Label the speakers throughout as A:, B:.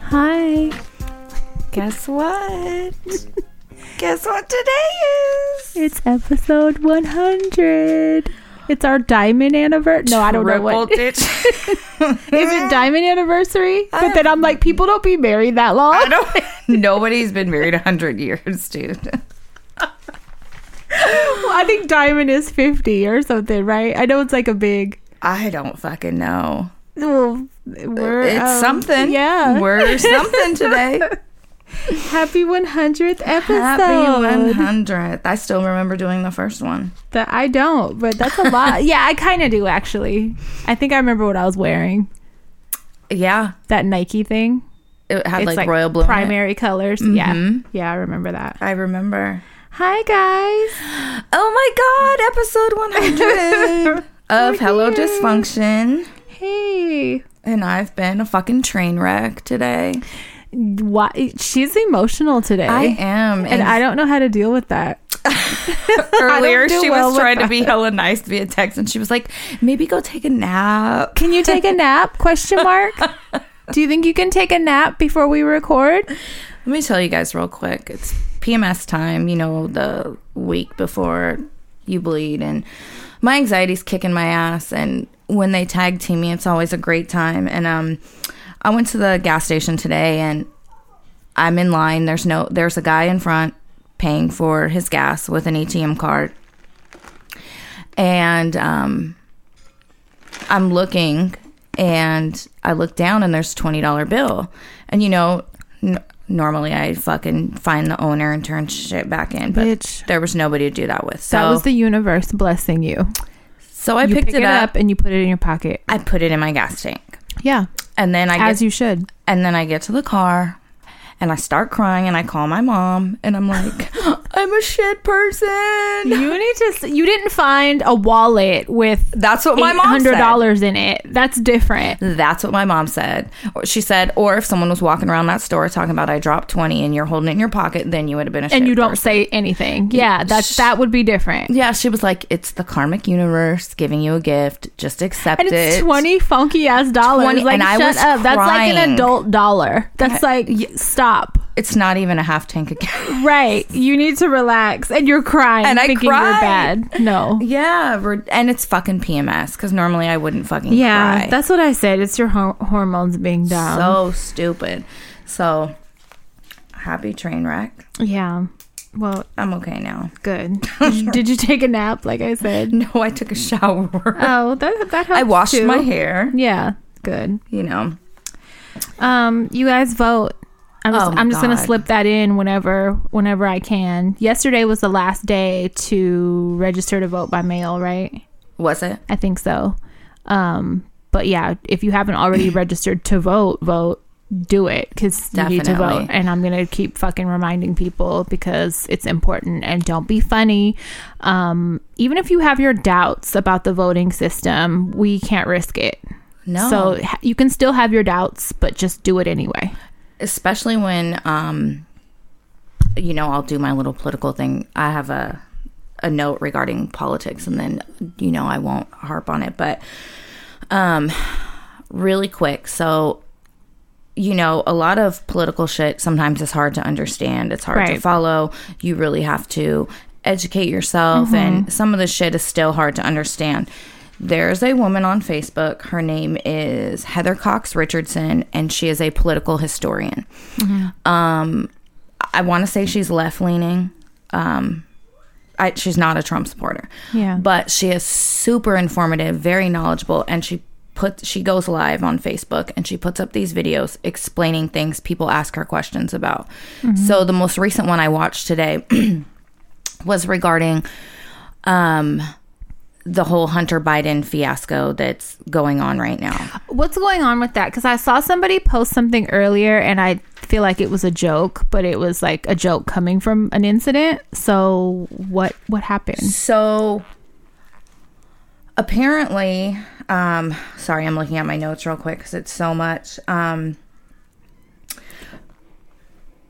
A: Hi. Guess what? Guess what today is?
B: It's episode 100. It's our diamond anniversary. No, I don't know what. Is
A: Triple digit-
B: it diamond anniversary? But then I'm like, people don't be married that long.
A: I don't. Nobody's been married a hundred years, dude.
B: Well, I think diamond is 50 or something, right? I know it's like a big.
A: I don't fucking know.
B: Well, we're,
A: It's
B: um,
A: something.
B: Yeah.
A: we're something today.
B: Happy 100th episode.
A: Happy 100th. I still remember doing the first one.
B: That I don't, but that's a lot. yeah, I kind of do actually. I think I remember what I was wearing.
A: Yeah,
B: That Nike thing.
A: it had like, royal blue. in it.
B: primary colors. Yeah.
A: Mhm.
B: Yeah, I remember that.
A: I remember.
B: Hi guys.
A: Oh my god! Episode 100 of Hello Dysfunction.
B: Hey.
A: And I've been a fucking train wreck today.
B: Why she's emotional today.
A: I am.
B: and I don't know how to deal with that.
A: earlier
B: I don't do
A: she
B: well
A: was
B: with
A: trying to be hella nice via text and she was like, maybe go take a nap.
B: Can you take a nap? Question mark. Do you think you can take a nap before we record?
A: Let me tell you guys real quick. It's PMS time, you know, the week before you bleed and my anxiety's kicking my ass and when they tag team me, it's always a great time. And um I went to the gas station today and I'm in line. There's no there's a guy in front paying for his gas with an ATM card. And um I'm looking and I look down and there's $20 bill. And you know, n- normally I fucking find the owner and turn shit back in, but
B: Bitch.
A: there was nobody to do that with. So
B: that was the universe blessing you.
A: so I
B: you
A: picked
B: pick
A: it, up.
B: and you put it in your pocket.
A: I put it in my gas tank.
B: Yeah,
A: And then I get
B: as you should.
A: And then I get to the car and I start crying and I call my mom and I'm like, I'm a shit person.
B: You need to. s- You didn't find a wallet with
A: That's what my
B: eight
A: mom
B: hundred
A: said.
B: dollars in it. That's different.
A: That's what my mom said. Or She said, or if someone was walking around that store talking about I dropped 20 and you're holding it in your pocket, then you would have been a shit
B: and you don't
A: person."
B: say anything. Yeah, that's
A: Sh-
B: that would be different.
A: Yeah, she was like, it's the karmic universe giving you a gift. Just accept
B: And it's
A: it.
B: twenty funky ass dollars.
A: 20
B: like
A: and I
B: shut
A: was
B: up. That's like
A: crying.
B: an adult dollar. That's like
A: y-
B: stop.
A: It's not even a half tank of gas.
B: Right. You need to relax. And you're crying
A: And I
B: thinking
A: cried.
B: you're bad. No.
A: Yeah, we're- and it's fucking PMS because normally I wouldn't fucking
B: Yeah,
A: cry.
B: that's what I said. It's your hor- hormones being down.
A: So stupid. So happy train wreck.
B: yeah. Well,
A: I'm okay now.
B: good. Did you, did you take a nap like I said?
A: No, I took a shower.
B: Oh, that that helps.
A: I washed
B: too.
A: my hair.
B: Yeah, good.
A: You know,
B: Um, you guys vote. I'm just,
A: Oh my
B: I'm just gonna
A: God.
B: slip that in whenever whenever I can. Yesterday was the last day to register to vote by mail, right?
A: was it?
B: I think so. Um, but yeah, if you haven't already registered to vote, vote. Do it because you need to
A: Definitely.
B: vote, and I'm gonna keep fucking reminding people because it's important. And don't be funny. Um, even if you have your doubts about the voting system, we can't risk it.
A: No.
B: So ha- you can still have your doubts, but just do it anyway.
A: especially when um you know i'll do my little political thing i have a a note regarding politics and then you know i won't harp on it but um really quick so you know a lot of political shit sometimes is hard to understand it's hard to
B: Right.
A: follow you really have to educate yourself and some of the shit is still hard to understand there's a woman on facebook her name is heather cox richardson and she is a political historian um, I want to say she's left leaning. Um, I, she's not a Trump supporter.
B: Yeah.
A: But she is super informative, very knowledgeable, and she put she goes live on Facebook and she puts up these videos explaining things people ask her questions about. So the most recent one I watched today was regarding um the whole Hunter Biden fiasco that's going on right now.
B: What's going on with that? Because I saw somebody post something earlier, and I feel like it was a joke, but it was like a joke coming from an incident. So what what happened?
A: So apparently, Um, sorry, I'm looking at my notes real quick because it's so much. Um,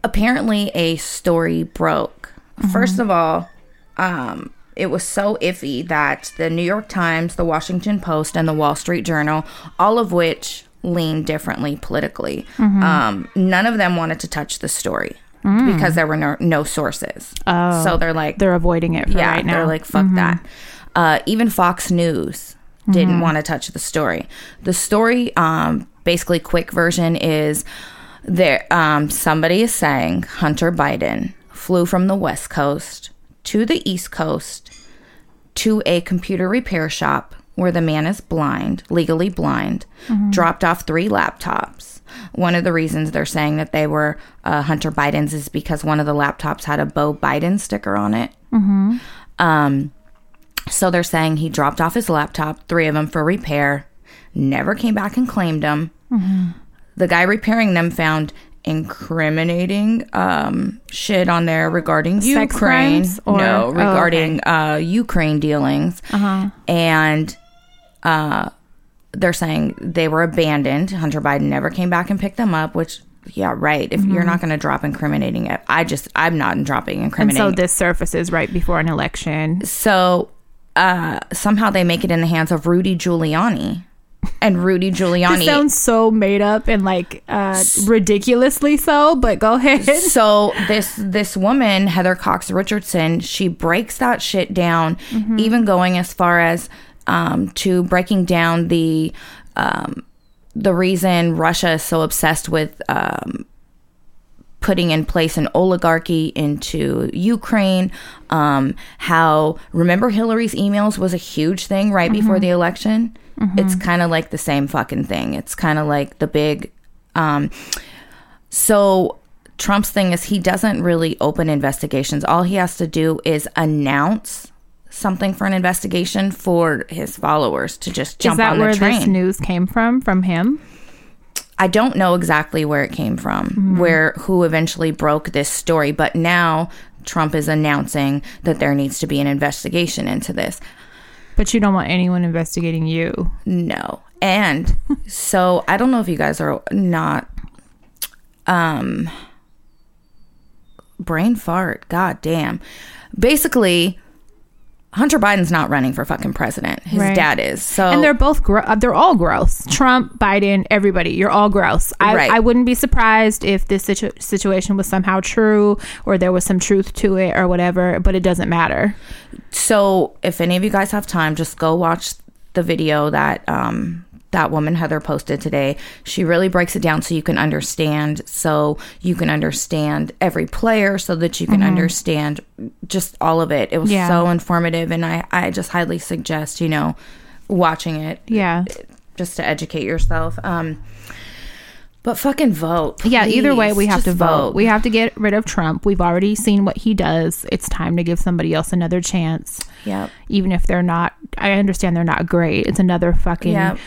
A: apparently, a story broke. First of all, um, it was so iffy that the New York Times, the Washington Post, and the Wall Street Journal, all of which lean differently politically, um, none of them wanted to touch the story because there were no, no sources.
B: Oh.
A: So they're like,
B: They're avoiding it for
A: yeah,
B: right now. Mm-hmm.
A: they're like, fuck that. Uh, even Fox News
B: Mm-hmm.
A: didn't want to touch the story. The story, um, basically, quick version is there. Um, somebody is saying Hunter Biden flew from the West Coast to the East Coast to a computer repair shop where the man is blind, legally blind,
B: Mm-hmm.
A: dropped off three laptops. One of the reasons they're saying that they were uh, Hunter Biden's is because one of the laptops had a Bo Biden sticker on it. Um, so they're saying he dropped off his laptop, three of them for repair, never came back and claimed them.
B: Mm-hmm.
A: The guy repairing them found incriminating um, shit on there regarding
B: Sex
A: Ukraine.
B: crimes or-
A: no,
B: oh,
A: regarding uh, Ukraine dealings.
B: Uh-huh.
A: And uh, they're saying they were abandoned. Hunter Biden never came back and picked them up, which. Yeah, right. If you're not going to drop incriminating it, I just, I'm not dropping
B: Mm-hmm. And so
A: incriminating
B: this surfaces right before an election.
A: so uh, somehow they make it in the hands of Rudy Giuliani, and Rudy Giuliani.
B: This sounds so made up and like uh, ridiculously so, but go ahead.
A: so this this woman Heather Cox Richardson, she breaks that shit down,
B: Mm-hmm.
A: even going as far as um, to breaking down the um, the reason Russia is so obsessed with um, putting in place an oligarchy into Ukraine. Um, how remember Hillary's emails was a huge thing right
B: Mm-hmm.
A: before the election. It's kind of like the same fucking thing. It's kind of like the big. Um, so Trump's thing is he doesn't really open investigations. All he has to do is announce something for an investigation for his followers to just jump
B: Is that
A: on
B: where
A: the train.
B: this news came from? From him?
A: I don't know exactly where it came from,
B: Mm-hmm.
A: where who eventually broke this story, but now Trump is announcing that there needs to be an investigation into this.
B: But you don't want anyone investigating you.
A: No. And so I don't know if you guys are not um brain fart. God damn. Basically, Hunter Biden's not running for fucking president. His
B: Right.
A: dad is. So
B: And they're both gro- uh, they're all gross. Trump, Biden, everybody, you're all gross. I,
A: Right.
B: I wouldn't be surprised if this situ- situation was somehow true or there was some truth to it or whatever, but it doesn't matter.
A: so if any of you guys have time just go watch the video that um that woman heather posted today she really breaks it down so you can understand so you can understand every player so that you can understand just all of it it was
B: Mm-hmm. Yeah.
A: so informative and i i just highly suggest you know watching it
B: Yeah.
A: just to educate yourself um but fucking vote
B: Yeah, either way,
A: please.
B: we have
A: Just
B: to vote. We have to get rid of Trump. We've already seen what he does. It's time to give somebody else another chance,
A: yep
B: even if they're not. I understand they're not great. It's another fucking
A: Yep.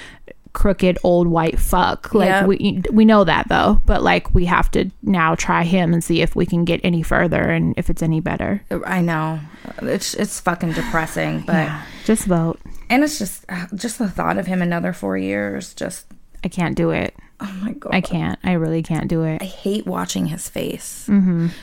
B: crooked old white fuck. Like
A: Yep.
B: we we know that though, but like we have to now try him and see if we can get any further and if it's any better.
A: i know it's it's fucking depressing but
B: Yeah, just vote.
A: And it's just uh, just the thought of him another four years. Just
B: I can't do it.
A: oh my god,
B: I can't. I really can't do it.
A: I hate watching his
B: Mm-hmm.
A: face.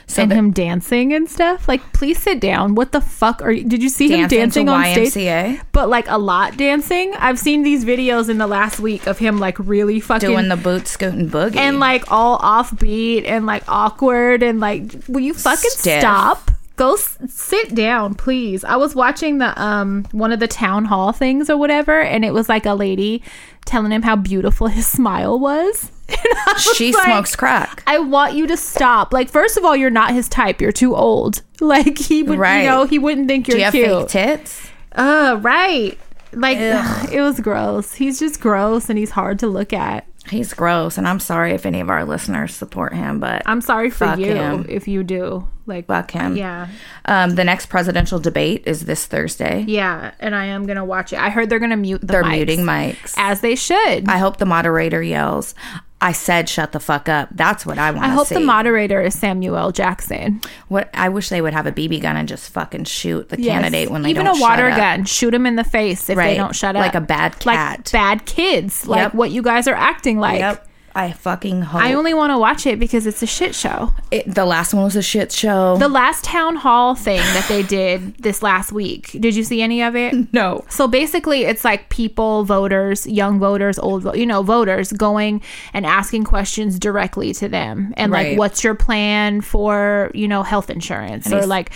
A: So
B: and
A: the-
B: him dancing and stuff. Like, please sit down. What the fuck are you? Did you see him dancing
A: to
B: on
A: YMCA.
B: stage? but like a lot dancing. I've seen these videos in the last week of him like really fucking
A: doing the boot scooting boogie.
B: and like all offbeat and like awkward and like will you fucking
A: Stiff.
B: stop? Go s- sit down, please. I was watching the um one of the town hall things or whatever, and it was like a lady telling him how beautiful his smile was. And I was
A: she
B: like,
A: smokes crack.
B: I want you to stop. Like, first of all, you're not his type. You're too old. Like he would,
A: Right.
B: you know, he wouldn't think you're
A: Do you have
B: cute.
A: fake tits?
B: Uh, right. Like ugh, it was gross. He's just gross and he's hard to look at.
A: He's gross, and I'm sorry if any of our listeners support him, but
B: I'm sorry for
A: Fuck
B: you
A: him.
B: if you do. Like
A: fuck him.
B: yeah.
A: Um, the next presidential debate is this Thursday.
B: Yeah, and I am going to watch it. I heard they're going to mute the
A: They're
B: mics,
A: muting mics.
B: as they should.
A: I hope the moderator yells, I said shut the fuck up. That's what I want
B: I
A: to
B: hope
A: see.
B: the moderator is Samuel Jackson.
A: what I wish they would have a BB gun and just fucking shoot the
B: Yes.
A: candidate when they
B: even
A: don't
B: a water
A: shut up.
B: gun. Shoot them in the face if
A: Right.
B: they don't shut up.
A: Like a bad cat.
B: Like bad kids. Like
A: Yep.
B: what you guys are acting like.
A: Yep. I fucking hope.
B: I only want to watch it because it's a shit show.
A: It- the last one was a shit show.
B: The last town hall thing that they did this last week. Did you see any of it?
A: no.
B: So basically, it's like people, voters, young voters, old, vo- you know, voters going and asking questions directly to them, and
A: Right.
B: like, what's your plan for, you know, health insurance, or like,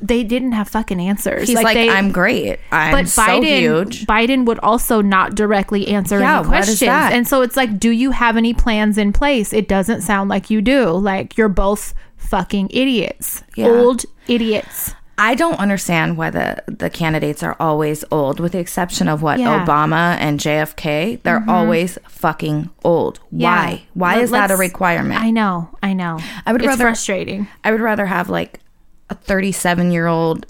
B: they didn't have fucking answers.
A: He's like,
B: they,
A: I'm great. I'm
B: but
A: so
B: Biden,
A: huge.
B: Biden would also not directly answer
A: Yeah,
B: any
A: what is
B: questions,
A: that?
B: and so it's like, do you have any plans in place? It doesn't sound like you do. Like you're both fucking idiots,
A: Yeah.
B: old idiots.
A: I don't understand why the, the candidates are always old, with the exception of what
B: Yeah. Mm-hmm.
A: Obama and JFK. They're always fucking old. Why? Why
B: Let-
A: is that a
B: let's-
A: requirement?
B: I know, I know.
A: I would
B: it's
A: rather-
B: frustrating.
A: I would rather have like a 37 year old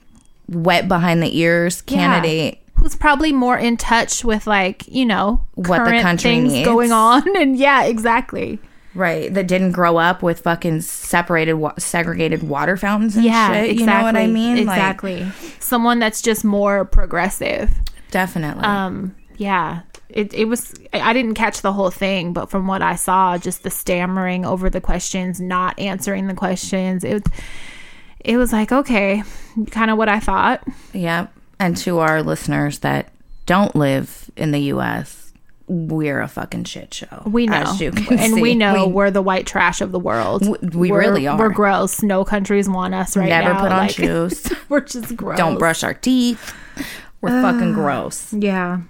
A: wet behind the ears candidate.
B: who's probably more in touch with like you know
A: What the
B: current
A: country
B: things
A: needs.
B: going on and yeah exactly
A: Right. That didn't grow up with fucking separated, wa- segregated water fountains and
B: yeah
A: shit.
B: exactly
A: You know what I mean? Like,
B: exactly someone that's just more progressive
A: definitely.
B: um yeah it, it was i I didn't catch the whole thing but from what i saw just the stammering over the questions not answering the questions it it was like okay kind of what i thought
A: Yep. And to our listeners that don't live in the U.S., we're a fucking shit show.
B: we know
A: As you can
B: and
A: see.
B: we know we, are the white trash of the world
A: W- we
B: We're-
A: really are.
B: we're gross no countries want us right
A: never
B: now
A: put on
B: like-
A: shoes.
B: We're just gross.
A: don't brush our teeth. We're fucking gross.
B: Yeah.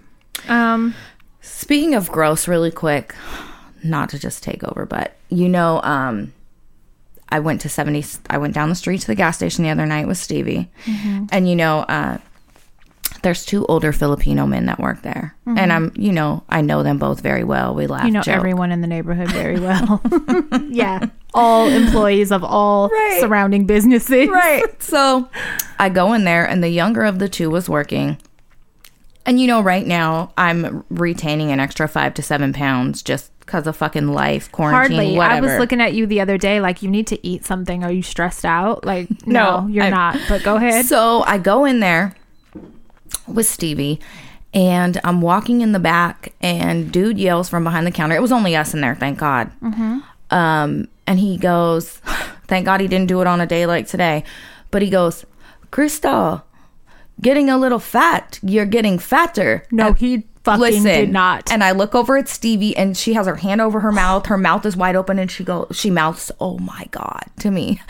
B: Um.
A: Speaking of gross, really quick, not to just take over, but you know, um, I went to 70, I went down the street to the gas station the other night with Stevie.
B: Mm-hmm.
A: And you know, uh, there's two older Filipino men that work there. And I'm, you know, I know them both very well. We laugh.
B: Mm-hmm. You know
A: joke.
B: everyone in the neighborhood very well. yeah. All employees of all
A: Right.
B: surrounding businesses.
A: Right. So I go in there, and the younger of the two was working. And you know, right now I'm retaining an extra five to seven pounds just because of fucking life, quarantine,
B: Hardly.
A: whatever.
B: I was looking at you the other day like you need to eat something. Are you stressed out? Like no,
A: No,
B: you're
A: I-
B: not. But go ahead.
A: So I go in there with Stevie and I'm walking in the back and dude yells from behind the counter. It was only us in there, thank God. Um, and he goes, thank God he didn't do it on a day like today. But he goes, Crystal, getting a little fat. You're getting fatter.
B: No,
A: And-
B: he fucking did not.
A: And I look over at Stevie and she has her hand over her mouth. Her mouth is wide open and she goes, she mouths, oh my God, to me.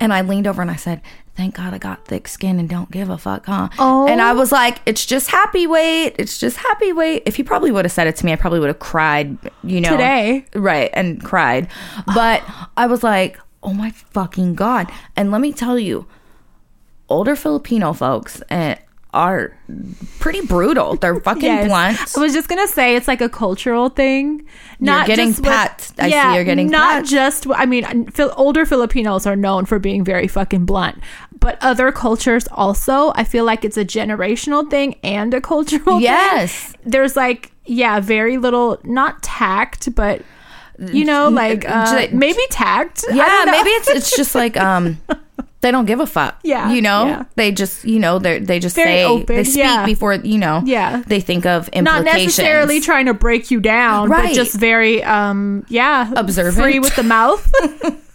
A: And I leaned over and I said, thank God I got thick skin and don't give a fuck, huh?
B: Oh.
A: And I was like, it's just happy weight. It's just happy weight. If he probably would have said it to me, I probably would have cried, you know.
B: Today.
A: Right. And cried. But I was like, oh my fucking God. And let me tell you, older Filipino folks eh, are pretty brutal. They're fucking
B: Yes.
A: blunt.
B: I was just gonna say it's like a cultural thing. Not
A: getting
B: just with-
A: pat. I see you're getting
B: not
A: pat.
B: just. I mean, Fil- older Filipinos are known for being very fucking blunt, but other cultures also. I feel like it's a generational thing and a cultural. thing.
A: Yes.
B: there's like yeah, very little not tact, but you know, like uh,
A: ju-
B: maybe tact. I
A: Yeah,
B: don't know.
A: maybe it's it's just like um they don't give a fuck.
B: Yeah,
A: You know?
B: yeah.
A: They just you know, they they just
B: Very
A: say
B: open,
A: they speak
B: yeah.
A: before you know
B: Yeah.
A: they think of implications.
B: Not necessarily trying to break you down,
A: Right.
B: but just very, um, yeah,
A: Observant.
B: free with the mouth.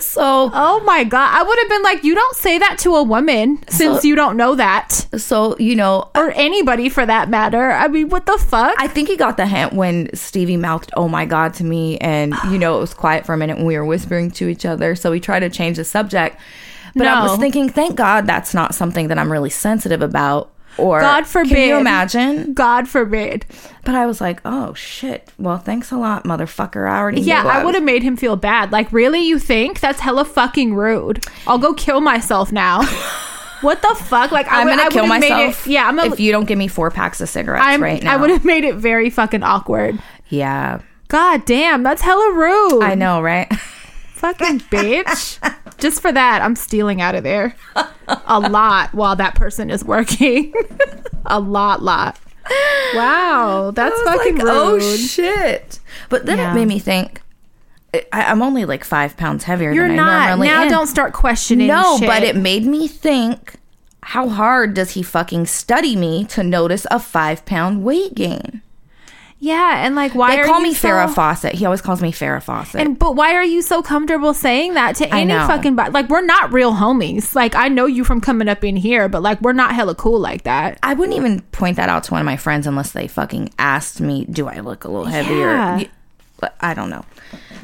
A: so
B: Oh my god! I would have been like, you don't say that to a woman since you don't know that,
A: so, you know,
B: or anybody for that matter. I mean, what the fuck?
A: I think he got the hint when Stevie mouthed, Oh my God, to me. And, you know, it was quiet for a minute and we were whispering to each other. So we tried to change the subject. But I was
B: No.
A: thinking, Thank God that's not something that I'm really sensitive about. Or,
B: God forbid.
A: Can you imagine?
B: God forbid.
A: But I was like, Oh shit. Well, thanks a lot, motherfucker. I already
B: Yeah,
A: knew
B: I
A: was-
B: would have made him feel bad. Like, really? You think that's hella fucking rude? I'll go kill myself now. what the fuck? Like, I
A: I'm
B: would-
A: gonna
B: I
A: kill
B: would've made it-
A: myself.
B: yeah, I'm. A,
A: if you don't give me four packs of cigarettes
B: I'm
A: right now,
B: I would have made it very fucking awkward.
A: Yeah,
B: God damn, that's hella rude.
A: I know, right?
B: fucking bitch. Just for that, I'm stealing out of there a lot while that person is working. a lot, lot. Wow, that's
A: I was
B: fucking
A: like,
B: rude.
A: Oh shit! But then
B: Yeah.
A: it made me think. I, I'm only like five pounds heavier
B: You're
A: than I
B: not.
A: normally
B: Now
A: am.
B: don't start questioning.
A: No,
B: shit.
A: but it made me think. How hard does he fucking study me to notice a five pound weight gain?
B: Yeah, and like why
A: They
B: are
A: call
B: you
A: me
B: so,
A: Farrah Fawcett. He always calls me Farrah Fawcett.
B: And but why are you so comfortable saying that to
A: I
B: any
A: know.
B: fucking body? Like we're not real homies. Like I know you from coming up in here, but like we're not hella cool like that.
A: I wouldn't even point that out to one of my friends unless they fucking asked me, "Do I look a little heavier?"
B: Yeah.
A: Y- But I don't know.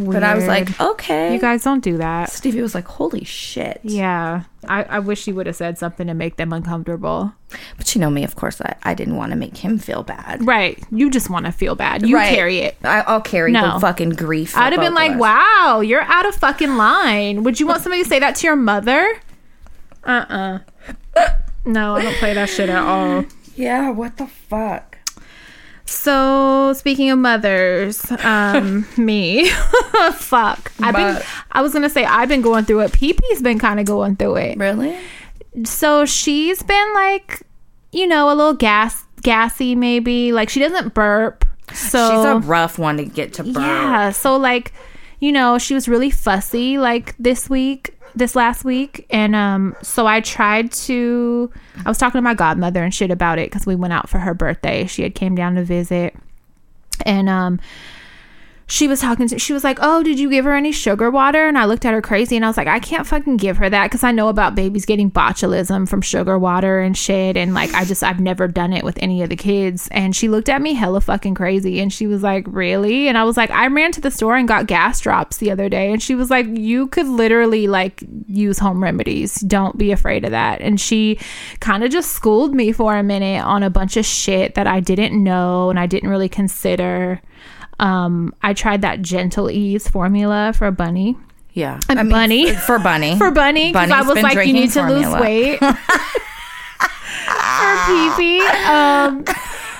A: But I was like, okay.
B: You guys don't do that.
A: Stevie was like, "Holy shit!"
B: Yeah, I, I wish you would have said something to make them uncomfortable.
A: But you know me, of course. I, I didn't want to make him feel bad.
B: Right? You just want to feel bad. You
A: Right.
B: carry it.
A: I, I'll carry
B: No.
A: the fucking grief.
B: I'd have been like,
A: "Wow."
B: wow, you're out of fucking line. Would you want somebody to say that to your mother? Uh uh No, I don't play that shit at all.
A: Yeah, what the fuck?
B: So speaking of mothers, um, me, fuck, I've been.
A: But-
B: I was gonna say I've been going through it. pee has been kind of going through it.
A: Really?
B: So she's been like, you know, a little gas, gassy maybe. Like she doesn't burp. So
A: She's a rough one to get to burn.
B: yeah. So like, you know, she was really fussy like this week, this last week, and um, so I tried to. I was talking to my godmother and shit about it because we went out for her birthday. She had came down to visit, and um. She was talking to she was like, "Oh, did you give her any sugar water?" And I looked at her crazy and I was like, "I can't fucking give her that cuz I know about babies getting botulism from sugar water and shit and like I just I've never done it with any of the kids." And she looked at me hella fucking crazy and she was like, "Really?" And I was like, "I ran to the store and got gas drops the other day." And she was like, "You could literally like use home remedies. Don't be afraid of that." And she kind of just schooled me for a minute on a bunch of shit that I didn't know and I didn't really consider. Um, I tried that gentle ease formula for Bunny.
A: Yeah.
B: And Bunny.
A: f- For Bunny.
B: For Bunny, because I
A: Bunny's
B: was
A: been
B: like, you
A: drinking
B: need to lose
A: formula.
B: weight. for Pee Um,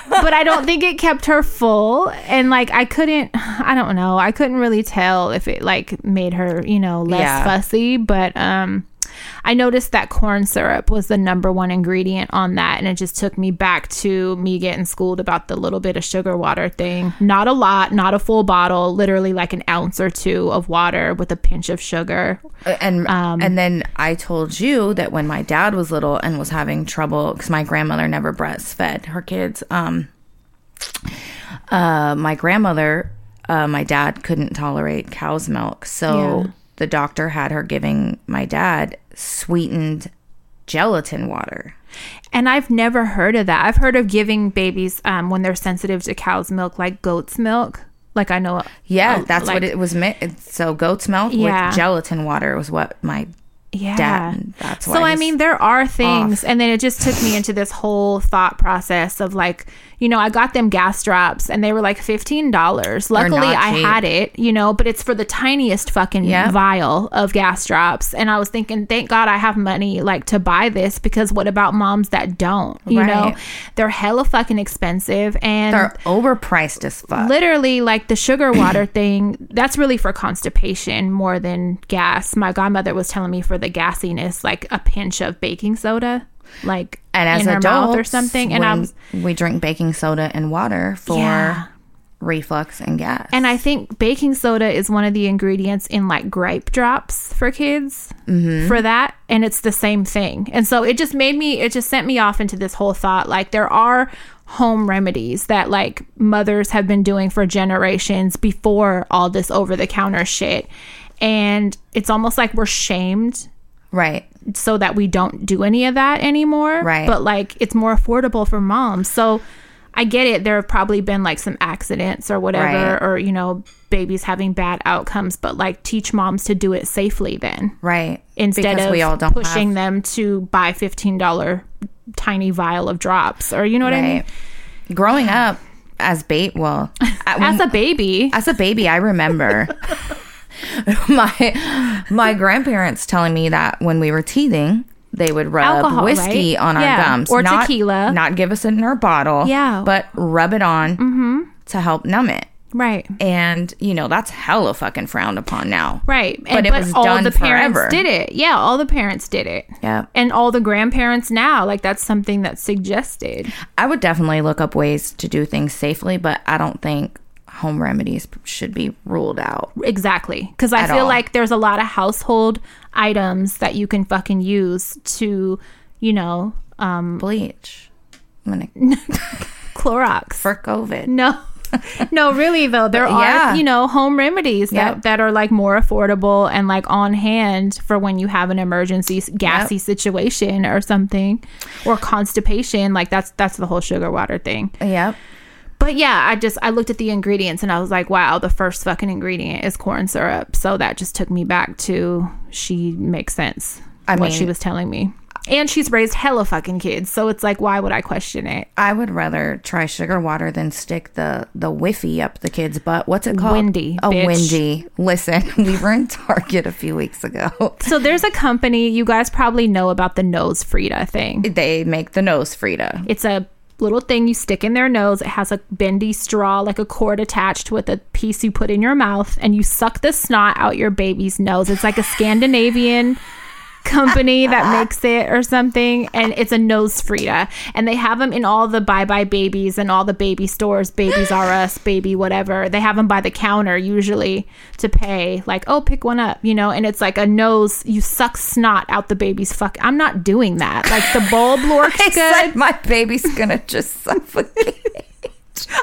B: but I don't think it kept her full. And like, I couldn't, I don't know. I couldn't really tell if it like made her, you know, less
A: Yeah.
B: fussy. But, um, I noticed that corn syrup was the number one ingredient on that, and it just took me back to me getting schooled about the little bit of sugar water thing. Not a lot, not a full bottle, literally like an ounce or two of water with a pinch of sugar.
A: and
B: Um,
A: and then I told you that when my dad was little and was having trouble because my grandmother never breastfed her kids. Um, uh, my grandmother, uh, my dad couldn't tolerate cow's milk, so
B: Yeah.
A: the doctor had her giving my dad sweetened gelatin water.
B: And I've never heard of that. I've heard of giving babies um, when they're sensitive to cow's milk, like goat's milk. Like I know,
A: Yeah,
B: Oh,
A: that's
B: like-
A: what it was. Mi- so goat's milk
B: Yeah.
A: with gelatin water was what my
B: yeah.
A: Dad, that's why
B: so I
A: he's
B: mean, there are things, and then it just took me into this whole thought process of like, you know, I got them gas drops, and they were like fifteen dollars. Luckily,
A: not
B: I
A: cheap.
B: had it, you know, but it's for the tiniest fucking
A: Yep.
B: vial of gas drops, and I was thinking, thank God I have money like to buy this because what about moms that don't? You know,
A: Right.
B: they're hella fucking expensive, and
A: they're overpriced as fuck.
B: literally like the sugar water thing that's really for constipation more than gas my godmother was telling me for the gassiness like a pinch of baking soda like
A: and as
B: in her
A: adults
B: mouth or something and i
A: when
B: was
A: we drink baking soda and water for
B: Yeah.
A: reflux and gas
B: and i think baking soda is one of the ingredients in like grape drops for kids for that and it's the same thing and so it just made me it just sent me off into this whole thought like there are home remedies that like mothers have been doing for generations before all this over the counter shit and it's almost like we're shamed
A: right
B: so that we don't do any of that anymore.
A: Right.
B: But like it's more affordable for moms. So I get it. There have probably been like some accidents or whatever,
A: Right.
B: or, you know, babies having bad outcomes, but like teach moms to do it safely then
A: right
B: instead
A: because
B: of
A: we all don't
B: pushing
A: have,
B: them to buy $15 tiny vial of drops or, you know what I mean?
A: right growing up as bait well at-
B: As a baby,
A: as a baby i remember my my grandparents telling me that when we were teething they would rub
B: Alcohol,
A: whiskey
B: right?
A: on
B: Yeah.
A: our gums
B: Or
A: not,
B: tequila.
A: not give us it in our bottle
B: Yeah. Mm-hmm.
A: but rub it on to help numb it
B: Right.
A: and you know that's hella fucking frowned upon now.
B: Right.
A: But it was done forever.
B: parents did it. Yeah, all the parents did it.
A: Yeah.
B: And all the grandparents now, like that's something that's suggested.
A: I would definitely look up ways to do things safely, but I don't think home remedies should be ruled out.
B: Exactly. Because I
A: At
B: feel
A: all.
B: like there's a lot of household items that you can fucking use to, you know, um,
A: Bleach. I'm gonna
B: Clorox.
A: for COVID.
B: No. no, really though, there are
A: yeah.
B: you know home remedies that,
A: Yep.
B: that are like more affordable and like on hand for when you have an emergency s- gassy situation or something, or constipation. Like that's that's the whole sugar water thing.
A: Yep.
B: But yeah, I just I looked at the ingredients and I was like, wow, the first fucking ingredient is corn syrup. So that just took me back to she makes sense.
A: I
B: what she
A: mean-
B: was telling me, and she's raised hella fucking kids. So it's like, why would I question it?
A: I would rather try sugar water than stick the the whiffy up the kid's butt. What's it called?
B: Windy,
A: A
B: bitch.
A: windy. Listen, we were in Target a few weeks ago.
B: So there's a company you guys probably know about the nose Frida thing.
A: They make the nose Frida.
B: It's a little thing you stick in their nose. It has a bendy straw, like a cord attached with a piece you put in your mouth, and you suck the snot out your baby's nose. It's like a Scandinavian company that makes it or something and it's a nose frida and they have them in all the bye bye babies and all the baby stores babies r us baby whatever they have them by the counter usually to pay like oh pick one up you know and it's like a nose you suck snot out the baby's fuck i'm not doing that like the bulb looks
A: I
B: good
A: said my baby's gonna just suffocate.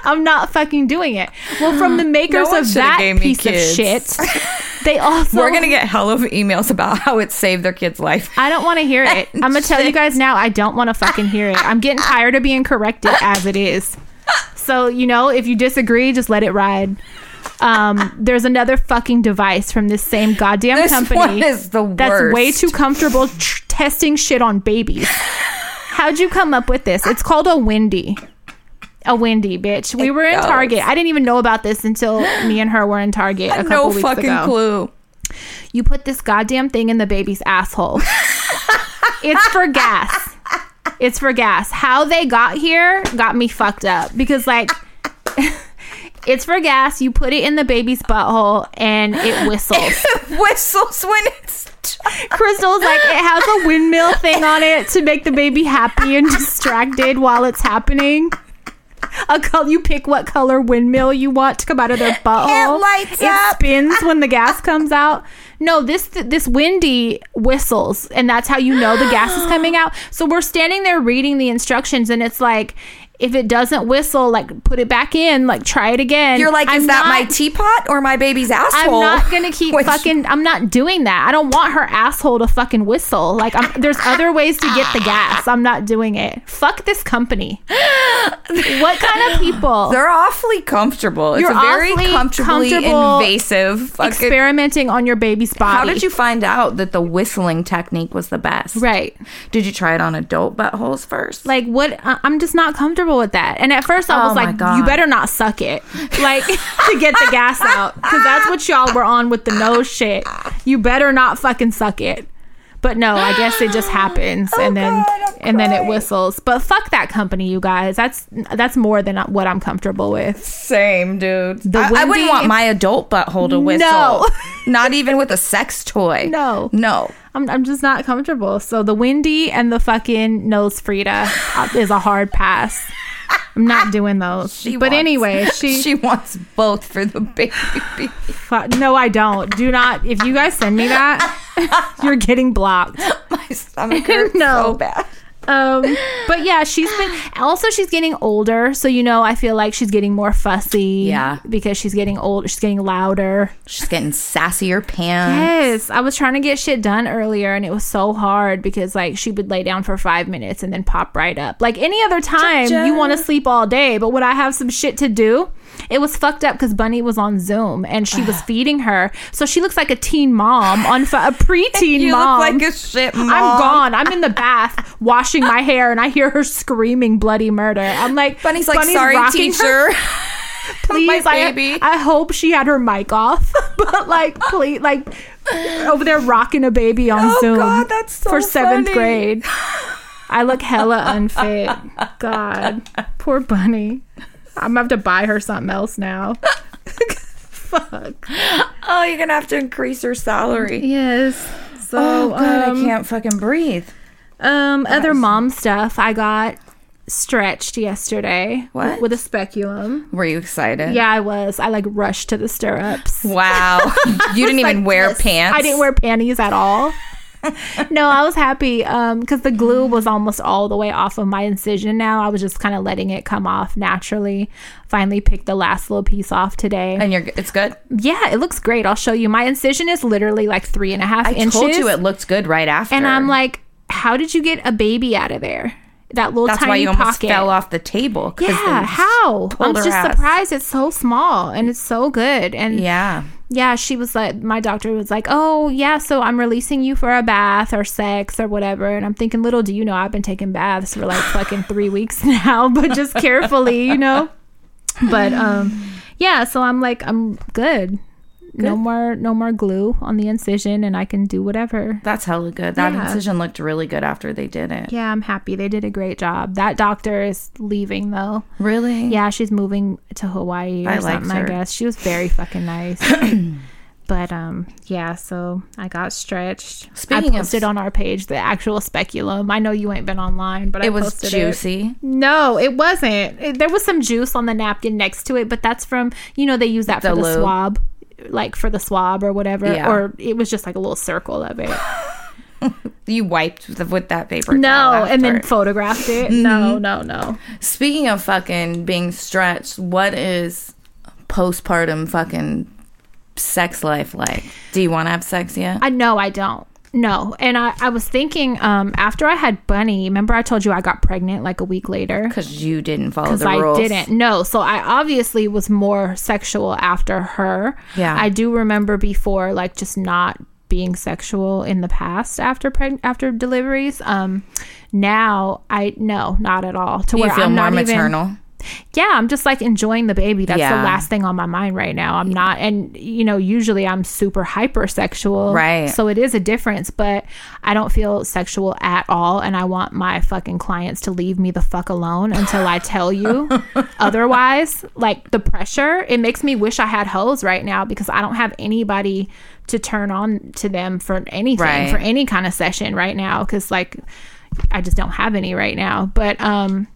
B: I'm not fucking doing it. Well, from the makers
A: one
B: of
A: shoulda
B: that
A: gave me
B: piece
A: kids.
B: of shit, they also.
A: We're gonna get hell of emails about how it saved their kid's life.
B: I don't want to hear it. I'm gonna tell you guys now. I don't want to fucking hear it. I'm getting tired of being corrected as it is. So you know, if you disagree, just let it ride. Um, there's another fucking device from this same goddamn
A: This
B: company
A: one is the
B: that's way
A: worst.
B: too comfortable tr- testing shit on babies. How'd you come up with this? It's called a Wendy. A Wendy, bitch. We
A: It
B: were in
A: does.
B: Target. I didn't even know about this until me and her were in Target a couple
A: No
B: weeks
A: fucking
B: ago.
A: clue.
B: You put this goddamn thing in the baby's asshole. it's for gas. It's for gas. How they got here got me fucked up because like it's for gas. You put it in the baby's butthole and it whistles.
A: Whistles when it's
B: Crystal's like it has a windmill thing on it to make the baby happy and distracted while it's happening. A color you pick what color windmill you want to come out of their butthole.
A: lights
B: it
A: up.
B: spins when the gas comes out. No, this this windy whistles, and that's how you know the gas is coming out. So we're standing there reading the instructions, and it's like, if it doesn't whistle, like put it back in, like try it again.
A: You're like, is
B: I'm
A: that
B: not-
A: my teapot or my baby's
B: I'm
A: asshole?
B: not gonna keep
A: Which-
B: fucking. I'm not doing that. I don't want her asshole to fucking whistle. Like, I'm, there's other ways to get the gas. I'm not doing it. Fuck this company. What kind of people
A: They're awfully comfortable.
B: You're
A: it's a very
B: awfully
A: comfortably
B: comfortable
A: invasive. fucking-
B: experimenting on your baby's body?
A: How did you find out that the whistling technique was the best?
B: Right.
A: Did you try it on adult buttholes first?
B: Like what? I- I'm just not comfortable with that. And at first, I
A: Oh
B: was
A: my
B: like, "You
A: God.
B: better not suck it, like to get the gas out, because that's what y'all were on with the nose shit. You better not fucking suck it." But no, I guess it just happens, and then
A: Oh God, I'm
B: and then it
A: crying.
B: whistles. But fuck that company, you guys. That's that's more than what I'm comfortable with.
A: Same, dude.
B: The
A: I, I
B: windy-
A: wouldn't want my adult butthole to whistle.
B: No.
A: not even with a sex toy.
B: No.
A: No.
B: I'm I'm just not comfortable. So the windy and the fucking nose Frida uh, is a hard pass. I'm not doing those.
A: She
B: but
A: wants-
B: anyway, she
A: She wants both for the baby.
B: Fu- No, I don't. Do not. If you guys send me that, you're getting blocked.
A: my stomach hurts
B: No.
A: so bad.
B: Um, but yeah, she's been. Also, she's getting older, so you know, I feel like she's getting more fussy.
A: Yeah.
B: because she's getting old. She's getting louder.
A: She's getting sassier pants.
B: Yes, I was trying to get shit done earlier, and it was so hard because like she would lay down for five minutes and then pop right up. Like any other time,
A: Cha-cha.
B: you want to sleep all day, but when I have some shit to do, it was fucked up because Bunny was on Zoom and she was feeding her, so she looks like a teen mom on fi- a preteen
A: You
B: mom.
A: look like a shit mom.
B: I'm gone. I'm in the bath washing my hair, and I hear her screaming bloody murder. I'm like,
A: Bunny's like, sorry,
B: rocking her
A: teacher.
B: please,
A: My
B: I-
A: baby.
B: I, hope she had her mic off, but like, please, like over there rocking a baby on
A: Oh,
B: Zoom
A: God, that's so
B: for seventh
A: funny.
B: grade. I look hella unfit. God, poor bunny. I'm gonna have to buy her something else now. fuck.
A: Oh, you're gonna have to increase your salary.
B: Yes. So
A: Oh god,
B: um,
A: I can't fucking breathe.
B: Um, other mom stuff. I got stretched yesterday.
A: What?
B: With a speculum.
A: Were you excited?
B: Yeah, I was. I like rushed to the stirrups.
A: Wow. you didn't even wear pants.
B: I didn't wear panties at all. no, I was happy um cuz the glue was almost all the way off of my incision now. I was just kind of letting it come off naturally. Finally picked the last little piece off today.
A: And you're. It's good.
B: yeah, it looks great. I'll show you. My incision is literally like three and a half
A: I
B: inches.
A: told you it looked good right after.
B: and I'm like, how did you get a baby out of there? That little
A: that's
B: tiny
A: why you almost
B: pocket.
A: fell off the table. 'cause it
B: Yeah,
A: was-
B: how? I'm
A: pulled her
B: just
A: ass.
B: surprised it's so small and it's so good. And yeah.
A: Yeah.
B: she was like, my doctor was like, oh, yeah, so I'm releasing you for a bath or sex or whatever. And I'm thinking, little do you know, I've been taking baths for like fucking three weeks now, but just carefully, you know? But um, yeah, so I'm like, I'm good. No more, no more glue on the incision, and I can do whatever.
A: That's hella good. That
B: Yeah.
A: incision looked really good after they did it.
B: Yeah, I'm happy. They did a great job. That doctor is leaving though.
A: Really?
B: Yeah, she's moving to Hawaii or
A: I liked
B: something, I
A: her.
B: guess. She was very fucking nice. but um yeah, so I got stretched.
A: Speaking
B: I
A: of-
B: posted on our page the actual speculum. I know you ain't been online, but I
A: It was
B: posted
A: juicy.
B: It. No, it wasn't. It, there was some juice on the napkin next to it, but that's from you know they use that
A: The
B: for the
A: lube.
B: swab, like for the swab or whatever,
A: Yeah.
B: or it was just like a little circle of it.
A: You wiped the, with that paper. towel
B: No, and then
A: after.
B: photographed it. No, no, no.
A: Speaking of fucking being stretched, what is postpartum fucking sex life like? Do you want to have sex yet?
B: I know I don't. No. And I, I was thinking um, after I had Bunny, remember I told you I got pregnant like a week later?
A: Because you didn't follow
B: Because
A: the
B: I
A: rules.
B: didn't. No. So I obviously was more sexual after her.
A: Yeah.
B: I do remember before, like, just not being sexual in the past after preg- after deliveries um now i no not at all to
A: You
B: where
A: feel
B: i'm
A: more
B: not even
A: maternal.
B: yeah, I'm just like enjoying the baby. That's the
A: Yeah.
B: last thing on my mind right now. I'm not, and you know, usually I'm super hypersexual.
A: Right.
B: So it is a difference, but I don't feel sexual at all. And I want my fucking clients to leave me the fuck alone until I tell you. Otherwise, like the pressure, it makes me wish I had hoes right now because I don't have anybody to turn on to them for anything,
A: Right.
B: for any kind of session right now. Cause like, I just don't have any right now. But, um,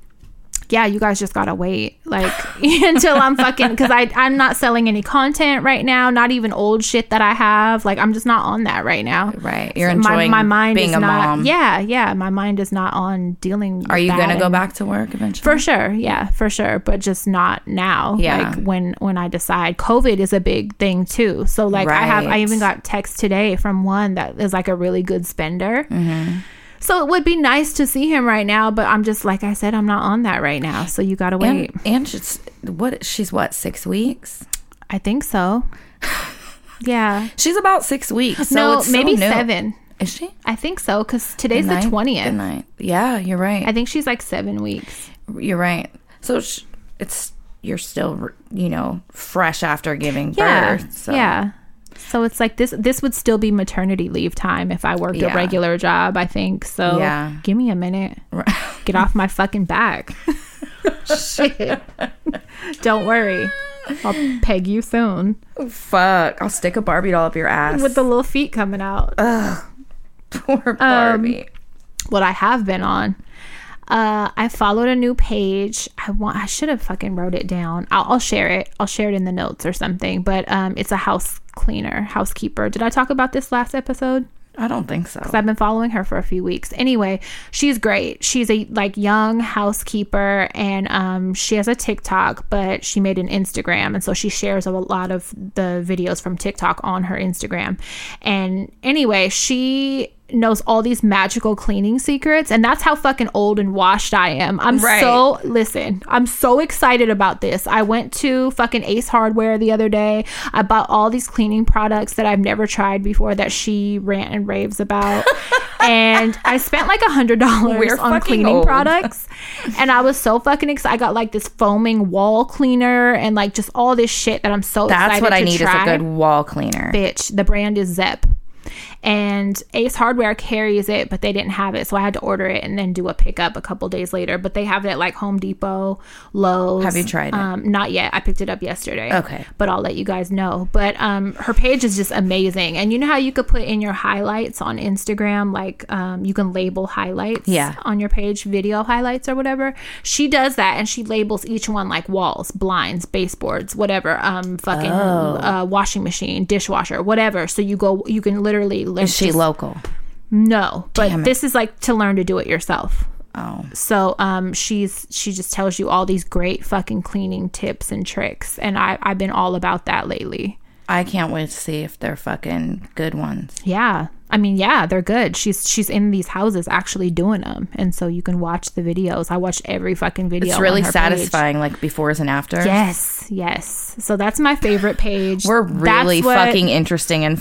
B: yeah, you guys just gotta wait like until I'm fucking because I I'm not selling any content right now. Not even old shit that I have. Like I'm just not on that right now.
A: Right. You're enjoying being
B: is
A: a
B: not.
A: mom.
B: Yeah, yeah. My mind is not on dealing. With
A: Are you
B: that
A: going to go
B: and-
A: back to work eventually?
B: For sure, yeah, for sure, but just not now.
A: Yeah.
B: like when when I decide, COVID is a big thing too. So like I have, I
A: Right.
B: even got text today from one that is like a really good spender.
A: Mm-hmm.
B: So it would be nice to see him right now, but I'm just like I said, I'm not on that right now. So you gotta wait.
A: and, and she's what? She's what? Six weeks?
B: I think so. yeah.
A: She's about six weeks. So
B: no,
A: it's so
B: maybe
A: new.
B: seven.
A: Is she?
B: I think so because today's the
A: Ninth?
B: twentieth.
A: ninth. Yeah, you're right.
B: I think she's like seven weeks.
A: You're right. So sh- it's you're still you know fresh after giving
B: Yeah.
A: birth. So.
B: Yeah. So it's like this. This would still be maternity leave time if I worked a
A: Yeah.
B: regular job. I think so.
A: Yeah.
B: Give me a minute. Get off my fucking back. Shit. Don't worry. I'll peg you soon
A: Fuck! I'll stick a Barbie doll up your ass
B: with um, the little feet coming out.
A: Uh. poor Barbie.
B: what I have been on. Uh, I followed a new page. I want. I should have fucking wrote it down. I'll, I'll share it. I'll share it in the notes or something. But um, it's a house cleaner, housekeeper. Did I talk about this last episode?
A: I don't think so.
B: I've been following her for a few weeks. Anyway, she's great. She's a like young housekeeper and um she has a TikTok, but she made an Instagram and so she shares a lot of the videos from TikTok on her Instagram. And anyway, she knows all these magical cleaning secrets and that's how fucking old and washed I am. I'm
A: Right.
B: so listen, I'm so excited about this. I went to fucking Ace Hardware the other day. I bought all these cleaning products that I've never tried before that she rant and raves about. and I spent like a hundred dollars
A: We're
B: on
A: fucking
B: cleaning
A: old.
B: products. And I was so fucking excited. I got like this foaming wall cleaner and like just all this shit that I'm so
A: That's
B: excited
A: what I
B: to
A: need
B: try.
A: is a good wall cleaner.
B: bitch. The brand is Zep. And Ace Hardware carries it, but they didn't have it, so I had to order it and then do a pickup a couple days later. But they have it at like Home Depot, Lowe's.
A: Have you tried it?
B: Um, not yet. I picked it up yesterday.
A: Okay.
B: but I'll let you guys know. But um, her page is just amazing, and you know how you could put in your highlights on Instagram, like um, you can label highlights
A: Yeah.
B: on your page, video highlights or whatever. She does that, and she labels each one like walls, blinds, baseboards, whatever. Um, fucking
A: Oh.
B: uh, washing machine, dishwasher, whatever. So you go, you can literally learn.
A: Is she
B: just-
A: local?
B: no,
A: Damn
B: but
A: it.
B: this is like to learn to do it yourself.
A: Oh.
B: So um, she's she just tells you all these great fucking cleaning tips and tricks, and I I've been all about that lately.
A: I can't wait to see if they're fucking good ones.
B: Yeah. I mean, yeah, they're good. She's she's in these houses actually doing them, and so you can watch the videos. I watched every fucking video.
A: It's
B: on
A: really
B: her page.
A: satisfying, like befores and afters.
B: Yes, yes. So that's my favorite page.
A: We're
B: That's
A: really
B: what-
A: fucking interesting and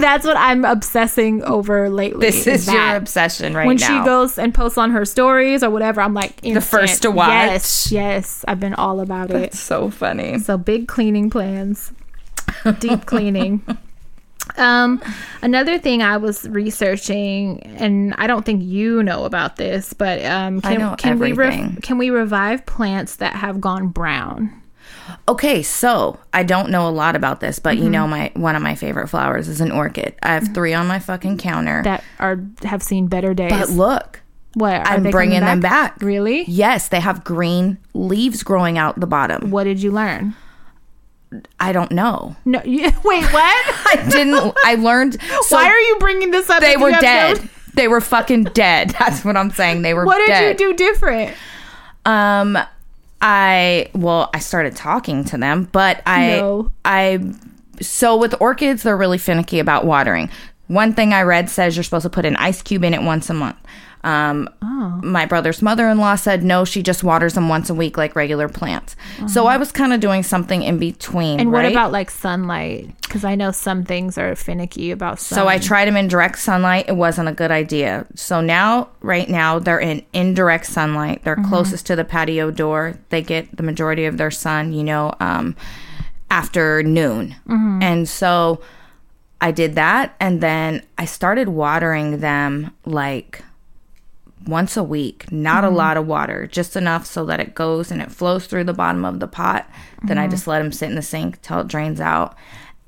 B: That's what I'm obsessing over lately.
A: this is your
B: that.
A: obsession right
B: When
A: now.
B: she goes and posts on her stories or whatever, I'm like instant.
A: first to
B: Yes,
A: watch.
B: yes. I've been all about it.
A: It's so funny.
B: So big cleaning plans, deep cleaning. Um, another thing I was researching, and I don't think you know about this, but um,
A: I
B: can
A: know
B: can we
A: everything.
B: rev can we revive plants that have gone brown?
A: Okay, so I don't know a lot about this, but
B: Mm-hmm.
A: you know my one of my favorite flowers is an orchid. I have three on my fucking counter.
B: That are have seen better days.
A: but look,
B: what are
A: I'm
B: they coming
A: bringing them back.
B: Really?
A: Yes, they have green leaves growing out the bottom.
B: What did you learn?
A: I don't know.
B: No. You, wait. What?
A: I didn't. I learned. So
B: Why are you bringing this up?
A: they
B: if you
A: were
B: have no-
A: dead? They were fucking dead. That's what I'm saying. They were.
B: what did
A: dead.
B: you do different?
A: Um, I well, I started talking to them, but I
B: No.
A: I so with orchids, they're really finicky about watering. One thing I read says you're supposed to put an ice cube in it once a month. Um,
B: Oh.
A: my brother's mother-in-law said no, she just waters them once a week like regular plants. So I was kind of doing something in between.
B: Oh. And what
A: right?
B: about like sunlight? Because I know some things are finicky about sun.
A: So I tried them in direct sunlight. It wasn't a good idea. So now, right now, they're in indirect sunlight. They're closest to the patio door. They get the majority of their sun, you know, um, after noon. And so I did that. And then I started watering them like once a week, not a lot of water, just enough so that it goes and it flows through the bottom of the pot. Then I just let them sit in the sink till it drains out.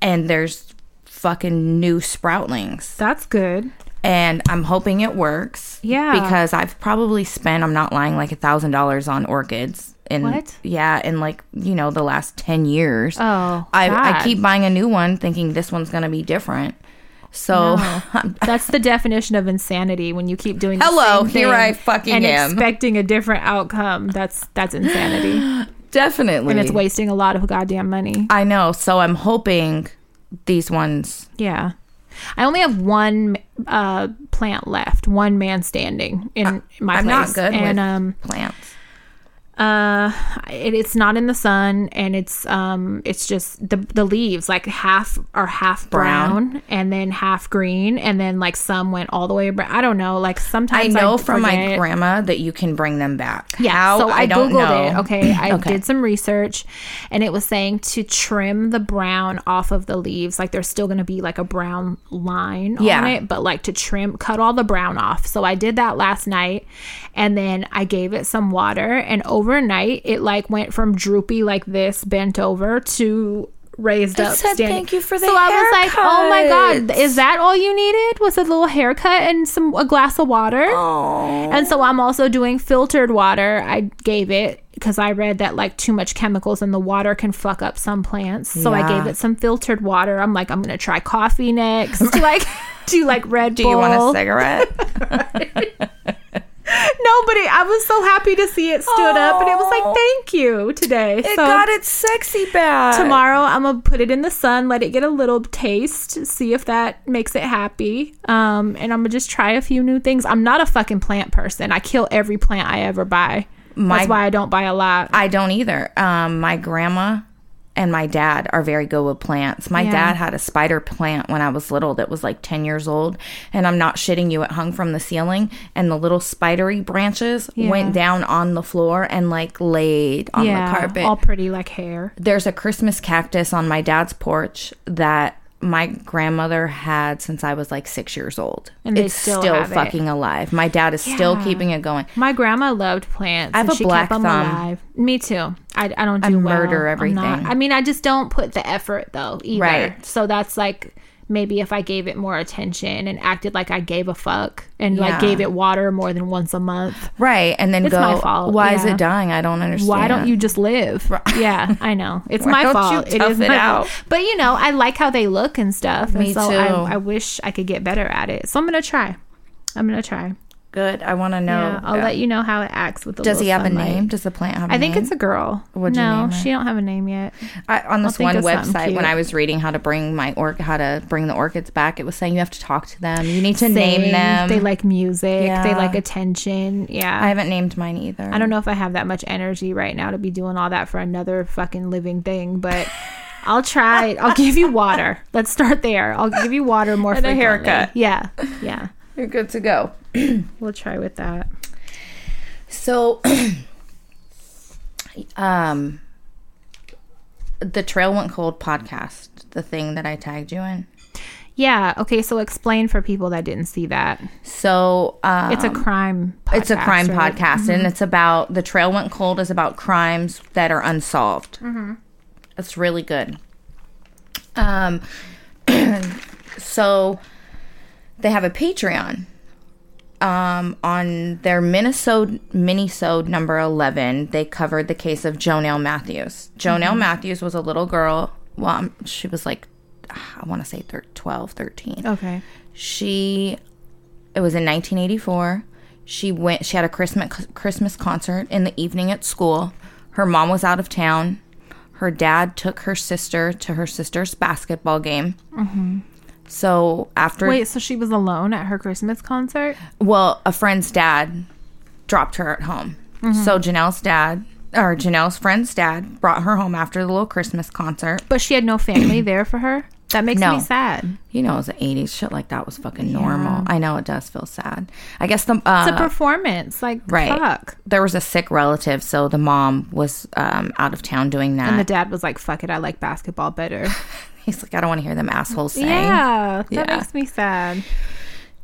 A: And there's fucking new sproutlings.
B: That's good.
A: And I'm hoping it works.
B: Yeah.
A: Because I've probably spent, I'm not lying, like a thousand dollars on orchids. In,
B: What?
A: Yeah, in like, you know, the last 10 years.
B: Oh,
A: I, I
B: God.
A: keep buying a new one thinking this one's going to be different. So
B: That's the definition of insanity when you keep doing. the
A: Hello,
B: same
A: here
B: thing
A: I fucking
B: and
A: am.
B: expecting a different outcome. That's that's insanity, and
A: definitely.
B: it's wasting a lot of goddamn money.
A: I know. So I'm hoping these ones.
B: Yeah, I only have one uh, plant left, one man standing in my
A: Uh, I'm
B: place,
A: not good
B: and
A: with
B: um,
A: plants.
B: uh, it, it's not in the sun, and it's um, it's just the the leaves like half are half brown,
A: Brown.
B: and then half green, and then like some went all the way. Brown. I don't know. Like
A: I
B: sometimes
A: know from my
B: forget.
A: grandma that you can bring them back.
B: Yeah,
A: How?
B: so I,
A: don't
B: googled
A: know.
B: it. Okay, I
A: Okay.
B: did some research, and it was saying to trim the brown off of the leaves. Like there's still going to be like a brown line
A: Yeah.
B: on it, but like to trim, cut all the brown off. So I did that last night, and then I gave it some water, and overnight it like went from droopy like this, bent over to raised up
A: said,
B: standing.
A: "Thank you for the
B: so i was like oh my god
A: haircut."
B: is that all you needed was a little haircut and some a glass of water and so I'm also doing filtered water. I gave it because I read that like too much chemicals in the water can fuck up some plants. So I
A: Yeah.
B: gave it some filtered water. I'm like, I'm gonna try coffee next. like, do like Red
A: Do
B: Bull.
A: you want a cigarette?
B: No, but it, I was so happy to see it stood up, and it was
A: Aw.
B: like, thank you today.
A: it
B: so
A: got its sexy back.
B: tomorrow I'm gonna put it in the sun, let it get a little taste, see if that makes it happy. Um, and I'm gonna just try a few new things. I'm not a fucking plant person. I kill every plant I ever buy.
A: My-
B: That's why I don't buy a lot.
A: I don't either. Um, my grandma and my dad are very good with plants. My
B: Yeah.
A: dad had a spider plant when I was little that was like 10 years old. And I'm not shitting you, it hung from the ceiling and the little spidery branches
B: Yeah.
A: went down on the floor and like laid on the carpet.
B: All pretty like hair.
A: There's a Christmas cactus on my dad's porch that my grandmother had since I was like six years old.
B: And they
A: it's
B: still
A: still,
B: have it.
A: fucking alive. My dad is still
B: Yeah.
A: keeping it going.
B: My grandma loved plants.
A: I have
B: and
A: a
B: she
A: black
B: kept them
A: thumb.
B: Alive. Me too. I, I don't do well.
A: murder
B: I'm not-
A: everything.
B: I mean, I just don't put the effort though either.
A: Right.
B: So that's like maybe if I gave it more attention and acted like I gave a fuck and like
A: Yeah.
B: gave it water more than once a month.
A: Right. And then
B: It's
A: go,
B: my fault,
A: why is
B: yeah.
A: it dying? I don't understand.
B: Why don't you just live? Yeah, I know. It's
A: Why
B: my
A: don't you
B: fault. it
A: tough
B: is
A: it
B: my
A: out?
B: fault. But you know, I like how they look and stuff.
A: Me
B: and so
A: too.
B: I, I wish I could get better at it. So I'm gonna try. I'm gonna try.
A: Good. I want to know.
B: yeah, I'll let you know how it acts with the.
A: Oh, Does
B: little
A: he have
B: sunlight.
A: a name? Does the plant have a
B: I think
A: name?
B: it's a girl.
A: What'd you
B: no,
A: name her?
B: she don't have a name yet.
A: I, on this
B: think
A: one
B: of something
A: website
B: cute.
A: when I was reading how to bring my orc how to bring the orchids back, it was saying you have to talk to them. You need to name
B: Sing.
A: them.
B: They like music. They
A: Yeah.
B: like attention. Yeah.
A: I haven't named mine either.
B: I don't know if I have that much energy right now to be doing all that for another fucking living thing, but I'll try. I'll give you water. Let's start there. I'll give you water more
A: And a
B: frequently.
A: haircut.
B: Yeah. Yeah.
A: You're good to go.
B: We'll try with that.
A: So, um, the Trail Went Cold podcast, the thing that I tagged you in.
B: Yeah. Okay. So explain for people that didn't see that.
A: So, um,
B: It's a crime podcast.
A: it's a crime
B: right?
A: podcast, and it's about the Trail Went Cold is about crimes that are unsolved. It's really good. Um, so they have a Patreon. Um, on their Minnesota minisode number eleven, they covered the case of Jonelle Matthews. Jonelle Matthews was a little girl. Well, um, she was like, I want to say thir- 12, 13
B: Okay.
A: she it was in 1984 she went she had a christmas christmas concert in the evening at school her mom was out of town her dad took her sister to her sister's basketball game so after
B: Mm-hmm. Wait. So she was alone at her Christmas concert.
A: well a friend's dad dropped her at home
B: Mm-hmm.
A: so janelle's dad or janelle's friend's dad brought her home after the little christmas concert
B: But she had no family there for her. That makes
A: No.
B: me sad.
A: you know it was the 80s shit like that was fucking normal i know it does feel sad i guess the uh,
B: It's a performance. Like,
A: Right.
B: fuck.
A: There was a sick relative, so the mom was um, out of town doing that.
B: And the dad was like, fuck it. I like basketball better.
A: He's like, I don't want to hear them assholes saying.
B: Yeah. That
A: Yeah.
B: makes me sad.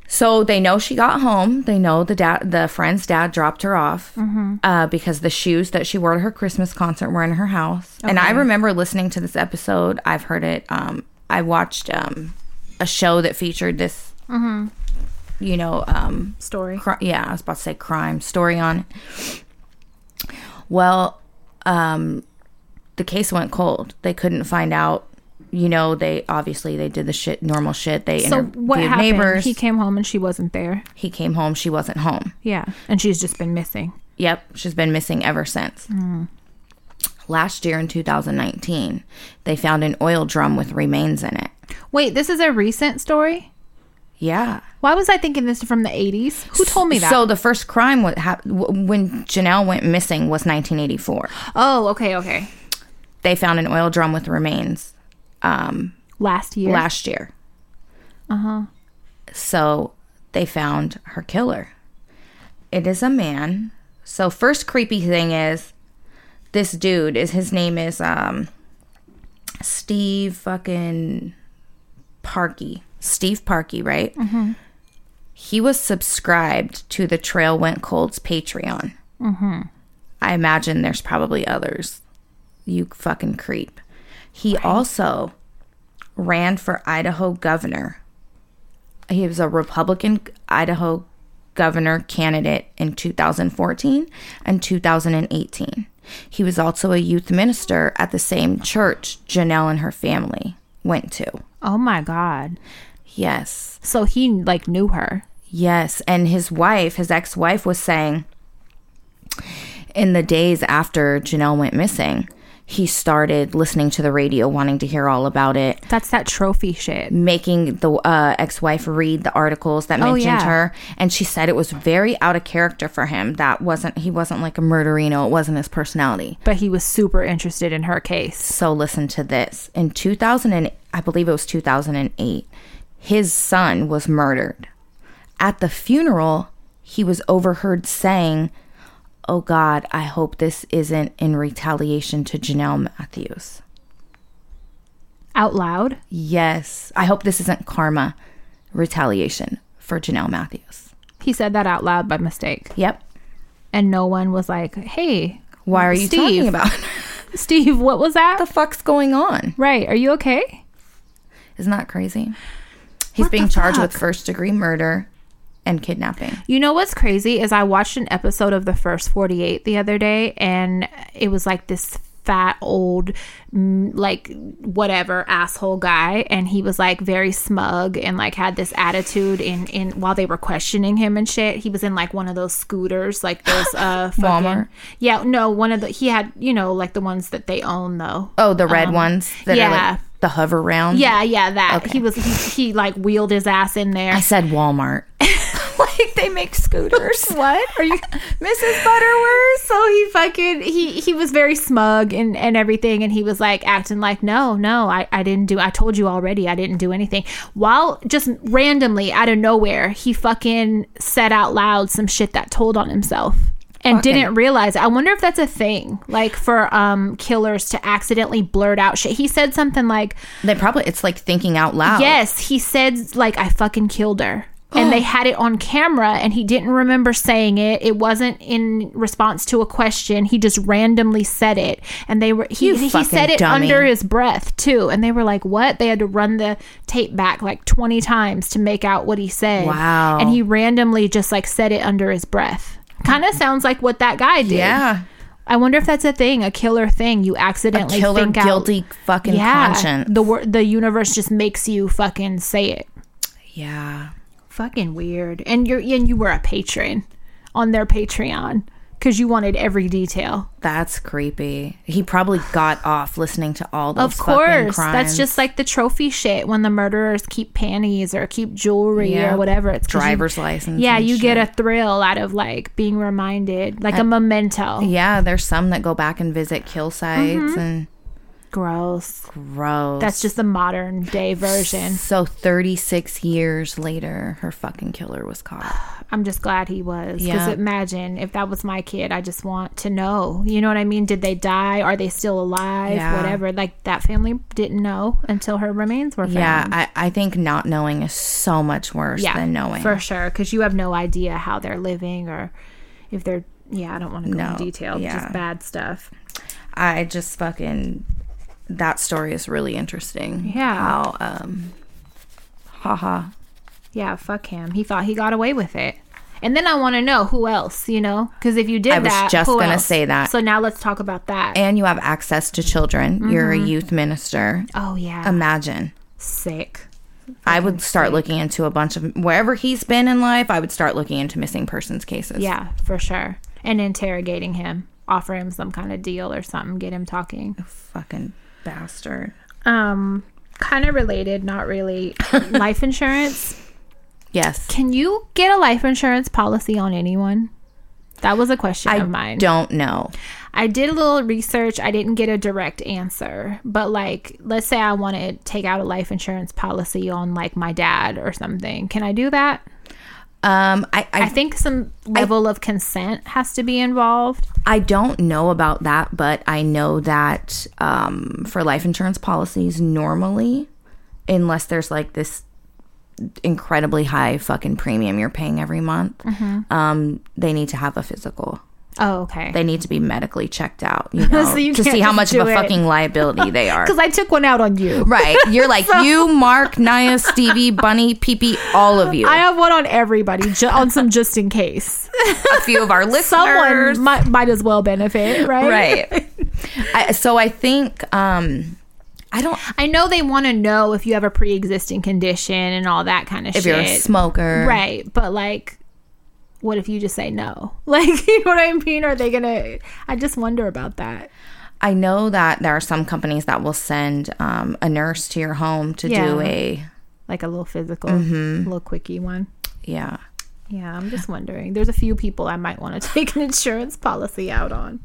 A: So they know she got home. They know the dad, the friend's dad, dropped her off
B: Mm-hmm.
A: uh, because the shoes that she wore to her Christmas concert were in her house. And I remember listening to this episode. I've heard it. Um, I watched um, a show that featured this.
B: Mm-hmm.
A: You know, um,
B: Story.
A: cri- yeah, I was about to say crime story on. it. Well, um, the case went cold. They couldn't find out. You know, they obviously they did the shit normal shit. They
B: So
A: interviewed
B: what happened?
A: neighbors.
B: He
A: He,
B: came home and she wasn't there.
A: came home. She wasn't home.
B: Yeah. And she's just been missing.
A: Yep, she's been missing ever since. Last year in 2019, they found an oil drum with remains in it.
B: Wait, this is a recent story?
A: Yeah.
B: Why was I thinking this from the 80s? Who told me that?
A: So the first crime wa- hap- w- when Janelle went missing was 1984.
B: oh, okay, okay.
A: They found an oil drum with remains. Um,
B: Last year.
A: last year. Uh huh. So they found her killer. It is a man. So first creepy thing is this dude is his name is um Steve fucking Parky. Steve Parky, right? He was subscribed to the Trail Went Cold's Patreon. I imagine there's probably others. You fucking creep. He also ran for Idaho governor. He was a Republican Idaho governor candidate in 2014 and 2018. He was also a youth minister at the same church Janelle and her family went to.
B: oh my god.
A: Yes.
B: So he like knew her.
A: Yes, and his wife, his ex-wife was saying in the days after Janelle went missing, he started listening to the radio wanting to hear all about it
B: That's that trophy shit.
A: making the uh, ex-wife read the articles that mentioned
B: yeah.
A: her and she said it was very out of character for him that wasn't he wasn't like a murderino it wasn't his personality
B: But he was super interested in her case.
A: so listen to this in 2000 and i believe it was 2008 his son was murdered at the funeral he was overheard saying oh god i hope this isn't in retaliation to janelle matthews
B: out loud.
A: Yes. I hope this isn't karma retaliation for Janelle Matthews.
B: He said that out loud by mistake,
A: Yep.
B: and no one was like, "Hey,
A: Why are you
B: Steve.
A: talking about?
B: Steve, what was that?"
A: the fuck's going on?
B: right? Are you okay?
A: Isn't that crazy? He's
B: What
A: being
B: the
A: charged with
B: fuck?
A: first degree murder and kidnapping.
B: You know what's crazy is I watched an episode of the first 48 the other day and it was like this fat old mm, like whatever asshole guy and he was like very smug and like had this attitude in in while they were questioning him and shit he was in like one of those scooters like those uh fucking,
A: Walmart?
B: yeah no one of the he had you know like the ones that they own though
A: Oh, the red ones that are
B: Um, yeah.
A: like the hover round.
B: yeah yeah that he was he, he like wheeled his ass in there
A: I said Walmart. like they make scooters.
B: What are you, Mrs. Butterworth? So he fucking he he was very smug and and everything, and he was like acting like, no, no, I I didn't do. I told you already, I didn't do anything. While just randomly out of nowhere, he fucking said out loud some shit that told on himself. And didn't realize. I wonder if that's a thing, like for um killers to accidentally blurt out shit. He said something like,
A: They probably it's like thinking out loud.
B: Yes, he said like I fucking killed her. And they had it on camera and he didn't remember saying it. It wasn't in response to a question. He just randomly said it. And they were he,
A: You
B: he
A: fucking
B: said it
A: dummy.
B: under his breath too. And they were like, "What?" They had to run the tape back like 20 times to make out what he said.
A: Wow.
B: And he randomly just like said it under his breath. Kind of sounds like what that guy did.
A: Yeah.
B: I wonder if that's a thing, a killer thing. You accidentally
A: Killer
B: think out-
A: guilty fucking conscience.
B: the wor- the universe just makes you fucking say it.
A: yeah.
B: Fucking weird. And you're and you were a patron on their Patreon because you wanted every detail.
A: That's creepy. He probably got off listening to all those
B: Of
A: fucking
B: course,
A: crimes.
B: that's just like the trophy shit when the murderers keep panties or keep jewelry
A: Yeah.
B: or whatever. It's 'cause you-
A: driver's license.
B: yeah,
A: and
B: you
A: shit.
B: get a thrill out of like being reminded, like a memento.
A: Yeah, there's some that go back and visit kill sites and
B: Gross.
A: gross.
B: Mm-hmm. That's just the modern day version.
A: so 36 years later, her fucking killer was caught.
B: I'm just glad he was. Because
A: Yeah.
B: imagine if that was my kid, I just want to know. You know what I mean? Did they die? Are they still alive?
A: Yeah.
B: Whatever. Like that family didn't know until her remains were found.
A: Yeah, I, I think not knowing is so much worse
B: yeah,
A: than knowing.
B: for sure. Because you have no idea how they're living or if they're. Yeah, I don't want to go
A: No,
B: into detail.
A: yeah.
B: Just bad stuff.
A: I just fucking that story is really interesting.
B: Yeah.
A: How um haha.
B: Yeah, fuck him. He thought he got away with it. And then I want to know who else, you know? Because if you did
A: I was
B: that,
A: just
B: who
A: gonna
B: else?
A: say that.
B: So now let's talk about that.
A: And you have access to children. You're a
B: Mm-hmm.
A: youth minister.
B: oh yeah,
A: um, Imagine.
B: sick.
A: I would start looking into a bunch of wherever he's been in life, I would start looking into missing persons cases.
B: Yeah, for sure. And interrogating him, offer him some kind of deal or something, get him talking.
A: Fucking bastard.
B: Um, kind of related, not really. life insurance.
A: Yes.
B: Can you get a life insurance policy on anyone? That was a question of
A: I
B: mine.
A: don't know.
B: I did a little research. I didn't get a direct answer, but like, let's say I want to take out a life insurance policy on like my dad or something. Can I do that?
A: Um I I,
B: I think some level of consent has to be involved.
A: I don't know about that, but I know that um for life insurance policies normally unless there's like this incredibly high fucking premium you're paying every month,
B: Mm-hmm.
A: um they need to have a physical.
B: Oh, okay.
A: They need to be medically checked out, you know,
B: So you
A: to
B: can't
A: see how
B: just
A: much of
B: do
A: a
B: it.
A: fucking liability they are.
B: Because I took one out on you.
A: Right. You're like, you, Mark, Naya, Stevie, Bunny, Pee Pee, all of you.
B: I have one on everybody, ju- on some just in case.
A: A few of our listeners.
B: Someone might, might as well benefit, right?
A: right. I, so I think, um, I don't,
B: I know they want to know if you have a pre existing condition and all that kind of
A: if
B: shit.
A: you're a smoker.
B: Right. But like, what if you just say no? Like, you know what I mean? Are they going to. I just wonder about that.
A: I know that there are some companies that will send um, a nurse to your home to do
B: Yeah.
A: a,
B: Like a little physical, little quickie one.
A: yeah.
B: Yeah, I'm just wondering. There's a few people I might want to take an insurance policy out on.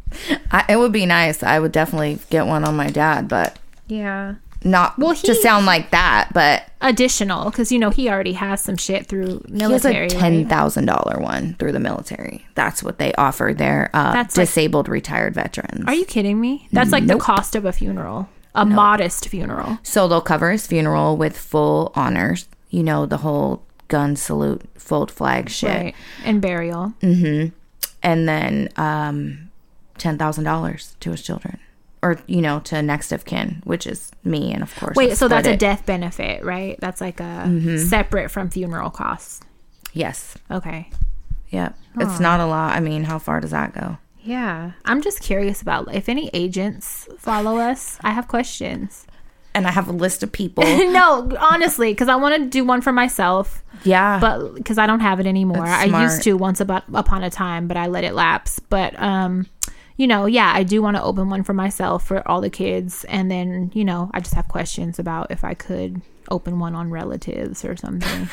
A: I, it would be nice. I would definitely get one on my dad, but
B: Yeah.
A: not
B: Well,
A: to
B: he-
A: sound like that, but
B: Additional, because, you know, he already has some shit through
A: he has
B: military.
A: a
B: right?
A: ten thousand dollar one through the military. That's what they offer their uh,
B: That's like-
A: disabled retired veterans.
B: Are you kidding me? That's like the cost of a funeral. a modest funeral.
A: So they'll cover his funeral with full honors, you know, the whole gun salute, fold flag shit.
B: Right. And burial.
A: And then um, $10,000 to his children or, you know, to next of kin, which is me. And of course, I
B: Wait, so that's
A: split
B: a
A: it.
B: death benefit, right? That's like a separate from funeral costs.
A: Yes.
B: Okay.
A: Yep. It's not a lot. I mean, how far does that go?
B: Yeah. I'm just curious about if any agents follow us, I have questions.
A: And I have a list of people.
B: no, honestly, because I want to do one for myself,
A: yeah.
B: but because I don't have it anymore.
A: That's
B: I used
A: smart.
B: to once about, upon a time, but I let it lapse. But, um, you know, yeah, I do want to open one for myself for all the kids. And then, you know, I just have questions about if I could open one on relatives or something.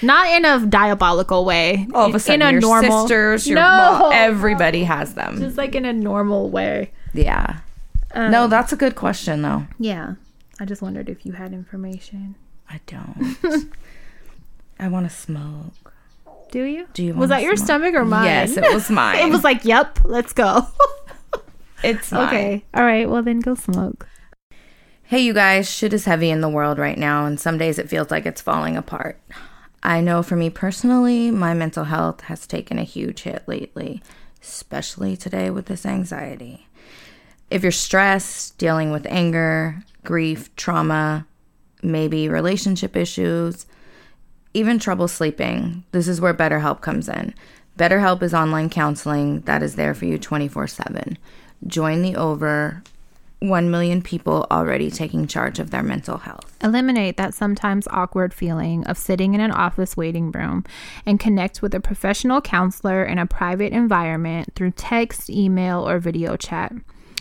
B: Not in a diabolical way.
A: all of a sudden,
B: in a
A: your
B: normal,
A: sisters, your
B: no,
A: mom, everybody has them. Um,
B: just like in a normal way.
A: yeah. no, that's a good question, though.
B: Yeah. I just wondered if you had information.
A: I don't. I want to smoke.
B: Do you?
A: Do you
B: Was
A: wanna
B: that your
A: smoke?
B: stomach or mine?
A: Yes, it was mine.
B: it was like, yep, let's go.
A: It's mine.
B: okay. All right. Well, then go smoke.
A: Hey, you guys, shit is heavy in the world right now, and some days it feels like it's falling apart. I know for me personally, my mental health has taken a huge hit lately, especially today with this anxiety. If you're stressed, dealing with anger, grief, trauma, maybe relationship issues, even trouble sleeping, this is where BetterHelp comes in. BetterHelp is online counseling that is there for you 24 7. Join the over 1 million people already taking charge of their mental health.
B: Eliminate that sometimes awkward feeling of sitting in an office waiting room and connect with a professional counselor in a private environment through text, email, or video chat.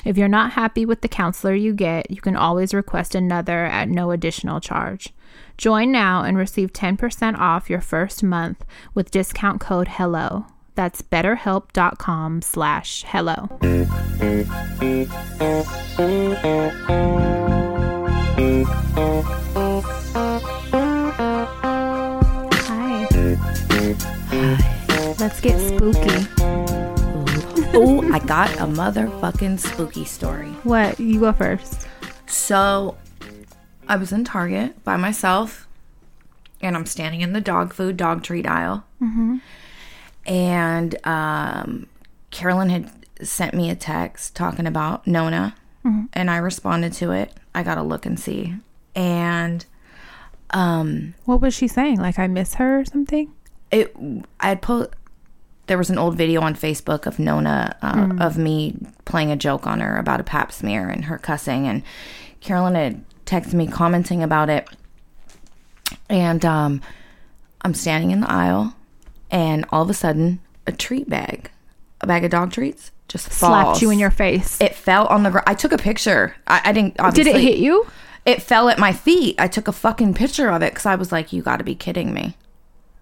B: If you're not happy with the counselor you get, you can always request another at no additional charge. Join now and receive 10% off your first month with discount code E HELLO. That's betterhelp.com slash E hello. Hi. Let's get spooky.
A: oh, I got a motherfucking spooky story.
B: What? You go first.
A: So I was in Target by myself and I'm standing in the dog food, dog treat aisle. And um, Carolyn had sent me a text talking about Nona and I responded to it. I got to look and see. And um,
B: What was she saying? Like I miss her or something?
A: it i had po- there was an old video on facebook of nona uh,
B: Hmm.
A: of me playing a joke on her about a pap smear and her cussing and carolyn had texted me commenting about it and um, i'm standing in the aisle and all of a sudden a treat bag a bag of dog treats just falls.
B: Slapped you in your face.
A: it fell on the ground. I took a picture. I, I didn't.
B: Did
A: Obviously,
B: it hit you?
A: It fell at my feet. I took a fucking picture of it because I was like, "You got to be kidding me."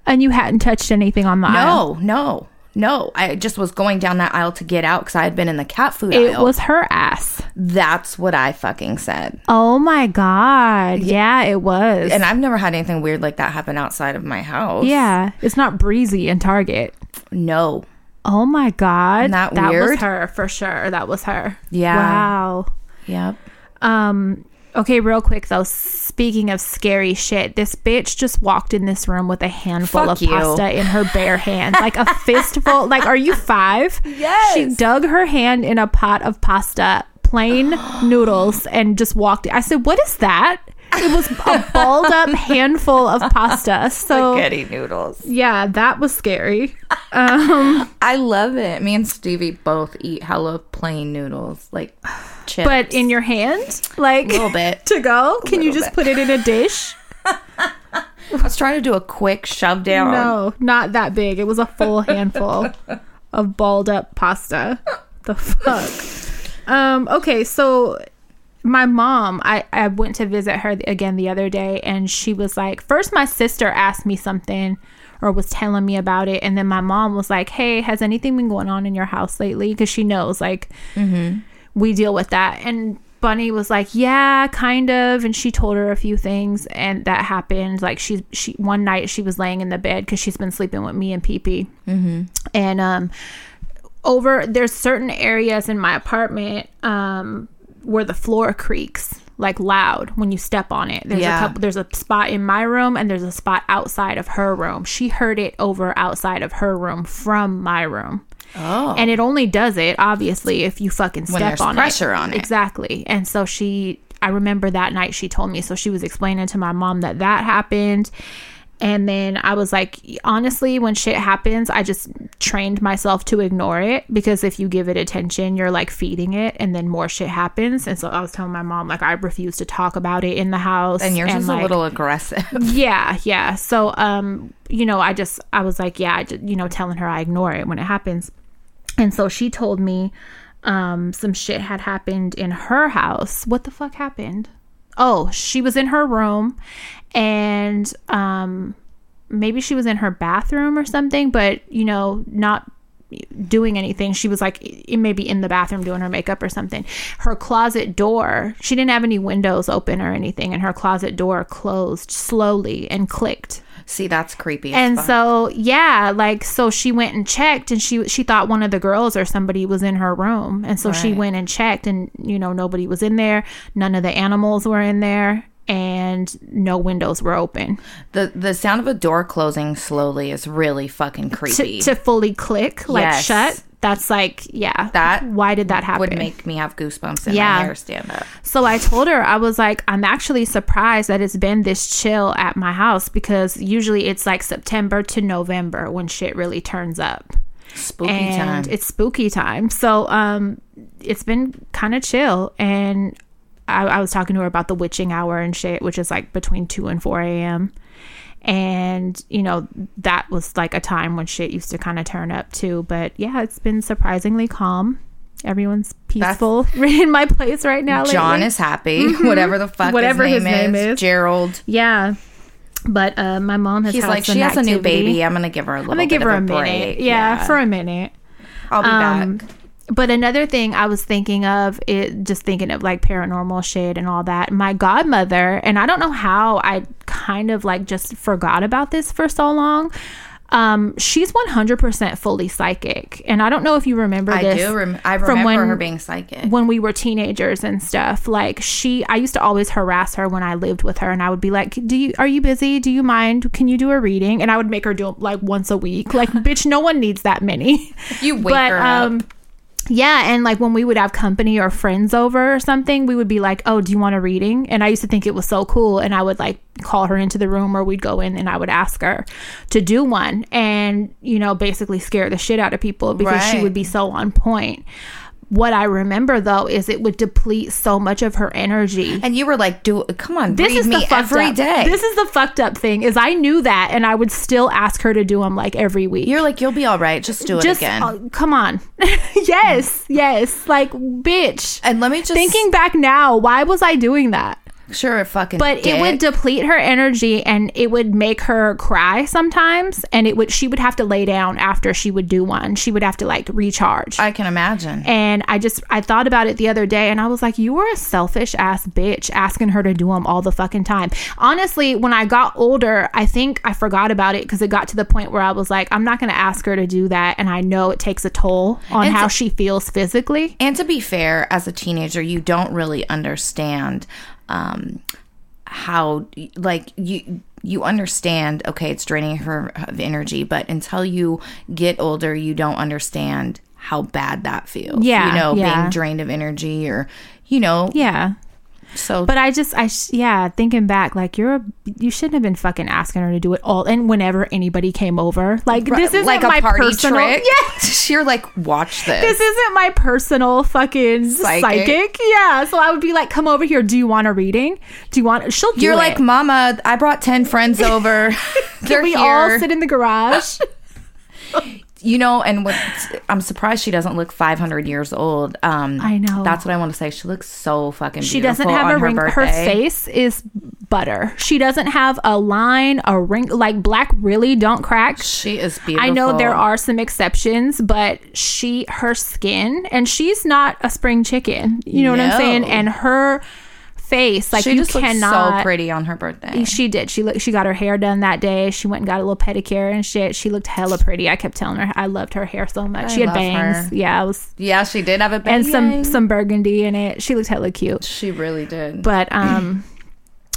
B: And you hadn't touched anything on the aisle.
A: No, no, no. I just was going down that aisle to get out because I had been in the cat food
B: It
A: aisle.
B: was her ass.
A: That's what I fucking said.
B: Oh my god. Yeah, it was.
A: And I've never had anything weird like that happen outside of my house.
B: yeah. It's not breezy in Target.
A: No.
B: Oh my god.
A: Isn't that
B: was
A: weird?
B: her for sure. That was her.
A: Yeah.
B: Wow.
A: Yep.
B: Um, okay, real quick though. Speaking of scary shit, this bitch just walked in this room with a handful
A: Fuck
B: of
A: you.
B: pasta in her bare hands, like a fistful. Like, are you five? Yes. She dug her hand in a pot of pasta, plain noodles, and just walked. I said, "What is that?" It was a balled up handful of pasta. So
A: Spaghetti noodles.
B: yeah, that was scary.
A: I love it. Me and Stevie both eat hella plain noodles, like chips.
B: But in your hand, like
A: Little bit.
B: to go. Can you
A: Little
B: just
A: bit.
B: put it in a dish?
A: I was trying to do a quick shove down.
B: No, not that big. It was a full handful of balled up pasta. The fuck. Um, okay, so my mom, I, I went to visit her again the other day, and she was like, first my sister asked me something or was telling me about it, and then my mom was like, hey, has anything been going on in your house lately? Because she knows, like, we deal with that. And Bunny was like, "Yeah, kind of." And she told her a few things, and that happened. Like she, she one night she was laying in the bed because she's been sleeping with me and Pee Pee, mm-hmm. and um, over there's certain areas in my apartment um where the floor creaks like loud when you step on it. There's
A: Yeah.
B: a couple, there's a spot in my room and there's a spot outside of her room. She heard it over outside of her room from my room.
A: Oh.
B: And it only does it obviously if you fucking step
A: there's
B: on
A: pressure
B: it.
A: on it.
B: Exactly. And so she I remember that night she told me so she was explaining to my mom that that happened. And then I was like, honestly, when shit happens, I just trained myself to ignore it because if you give it attention, you're like feeding it and then more shit happens. And so I was telling my mom, like, I refuse to talk about it in the house.
A: and yours is
B: like,
A: a little aggressive.
B: yeah yeah so um you know i just i was like yeah I ju- you know telling her i ignore it when it happens and so she told me um some shit had happened in her house what the fuck happened oh she was in her room and um maybe she was in her bathroom or something but you know not doing anything. She was like it may be in the bathroom doing her makeup or something. Her closet door, she didn't have any windows open or anything and her closet door closed slowly and clicked.
A: See, that's creepy. as
B: And
A: fuck.
B: so, yeah, like so she went and checked and she she thought one of the girls or somebody was in her room. And so she
A: Right.
B: went and checked and you know nobody was in there. None of the animals were in there and no windows were open.
A: the the sound of a door closing slowly is really fucking creepy.
B: To, to fully click like
A: Yes.
B: shut. That's like yeah.
A: That
B: why did that happen?
A: would make me have goosebumps and
B: Yeah.
A: my hair stand up.
B: So I told her, I was like, I'm actually surprised that it's been this chill at my house because usually it's like September to November when shit really turns up.
A: Spooky
B: and
A: time.
B: it's spooky time. So um, it's been kind of chill. And I, I was talking to her about the witching hour and shit, which is like between 2 and 4 a.m. And, you know, that was like a time when shit used to kind of turn up too. But yeah, it's been surprisingly calm. Everyone's peaceful in my place right now.
A: John
B: lately.
A: is happy. Whatever the fuck
B: Mm-hmm. Whatever
A: his, name, is,
B: name is.
A: Gerald.
B: Yeah. But uh, my mom has
A: He's
B: had
A: like,
B: some
A: she has a new
B: activity.
A: baby. I'm gonna give her a little.
B: I'm gonna give
A: bit
B: her a,
A: of a,
B: minute.
A: break.
B: Yeah, for a minute.
A: I'll be
B: Um,
A: back.
B: but another thing I was thinking of it just thinking of like paranormal shit and all that. My godmother, and I don't know how I kind of like just forgot about this for so long. Um, she's 100% fully psychic. And I don't know if you remember
A: I
B: this
A: do. Rem- I remember
B: from when-
A: her being psychic.
B: when we were teenagers and stuff like she i used to always harass her when i lived with her and i would be like do you are you busy do you mind can you do a reading and i would make her do 'em, like once a week like bitch no one needs that many
A: You wake her
B: um,
A: up.
B: yeah, and like when we would have company or friends over or something, we would be like, "Oh, do you want a reading?" And I used to think it was so cool, and I would like call her into the room, or we'd go in and I would ask her to do one, and you know, basically scare the shit out of people because she
A: Right.
B: would be so on point. What I remember though is it would deplete so much of her energy.
A: And you were like, "Do come on,
B: This
A: read
B: is the
A: me
B: fucked
A: every
B: up.
A: day."
B: This is the fucked up thing is I knew that, and I would still ask her to do them like every week
A: You're like, "You'll be all right. Just do it
B: just
A: again."
B: uh, come on yes yes like bitch
A: and let me just
B: thinking back now why was i doing that
A: Sure, it fucking.
B: but it would
A: dick.
B: deplete her energy and it would make her cry sometimes and it would she would have to lay down after she would do one she would have to like recharge
A: I can imagine.
B: and I just I thought about it the other day and I was like you were a selfish ass bitch asking her to do them all the fucking time. Honestly, when I got older, I think I forgot about it cuz it got to the point where I was like I'm not going to ask her to do that and I know it takes a toll on
A: And
B: how
A: so-
B: she feels physically.
A: And to be fair, as a teenager, you don't really understand um, how, like, you you understand. Okay, it's draining her of energy, but until you get older, you don't understand how bad that feels.
B: Yeah,
A: you know,
B: yeah.
A: being drained of energy, or you know,
B: Yeah.
A: so
B: But I just I sh- yeah, thinking back like you're a, you shouldn't have been fucking asking her to do it all and whenever anybody came over. Like this isn't
A: like
B: my
A: a party
B: personal
A: trick.
B: Yeah.
A: you're like, watch this.
B: this isn't my personal fucking psychic.
A: Psychic.
B: Yeah. So I would be like, come over here. Do you want a reading? Do you want? She'll. Do
A: you're
B: it.
A: like, Mama, I brought ten friends over. They're
B: we
A: here.
B: all sit in the garage.
A: you know and what i'm surprised she doesn't look 500 years old um
B: I know.
A: that's what i want to say she looks so fucking
B: she doesn't have a wrinkle. Her face is butter. She doesn't have a line, a wrinkle. Like black really don't crack.
A: she is beautiful
B: I know there are some exceptions, but she, her skin, and she's not a spring chicken. You know what I'm
A: No.
B: saying? And her face. Like
A: she
B: you
A: just
B: cannot.
A: looked so pretty on her birthday.
B: She did. She looked. She got her hair done that day. She went and got a little pedicure and shit. She looked hella pretty. I kept telling her I loved her hair so much.
A: I
B: she had
A: love
B: bangs.
A: her.
B: Yeah, it was
A: Yeah, she did have a
B: and
A: bang.
B: some some burgundy in it. She looked hella cute.
A: She really did.
B: But um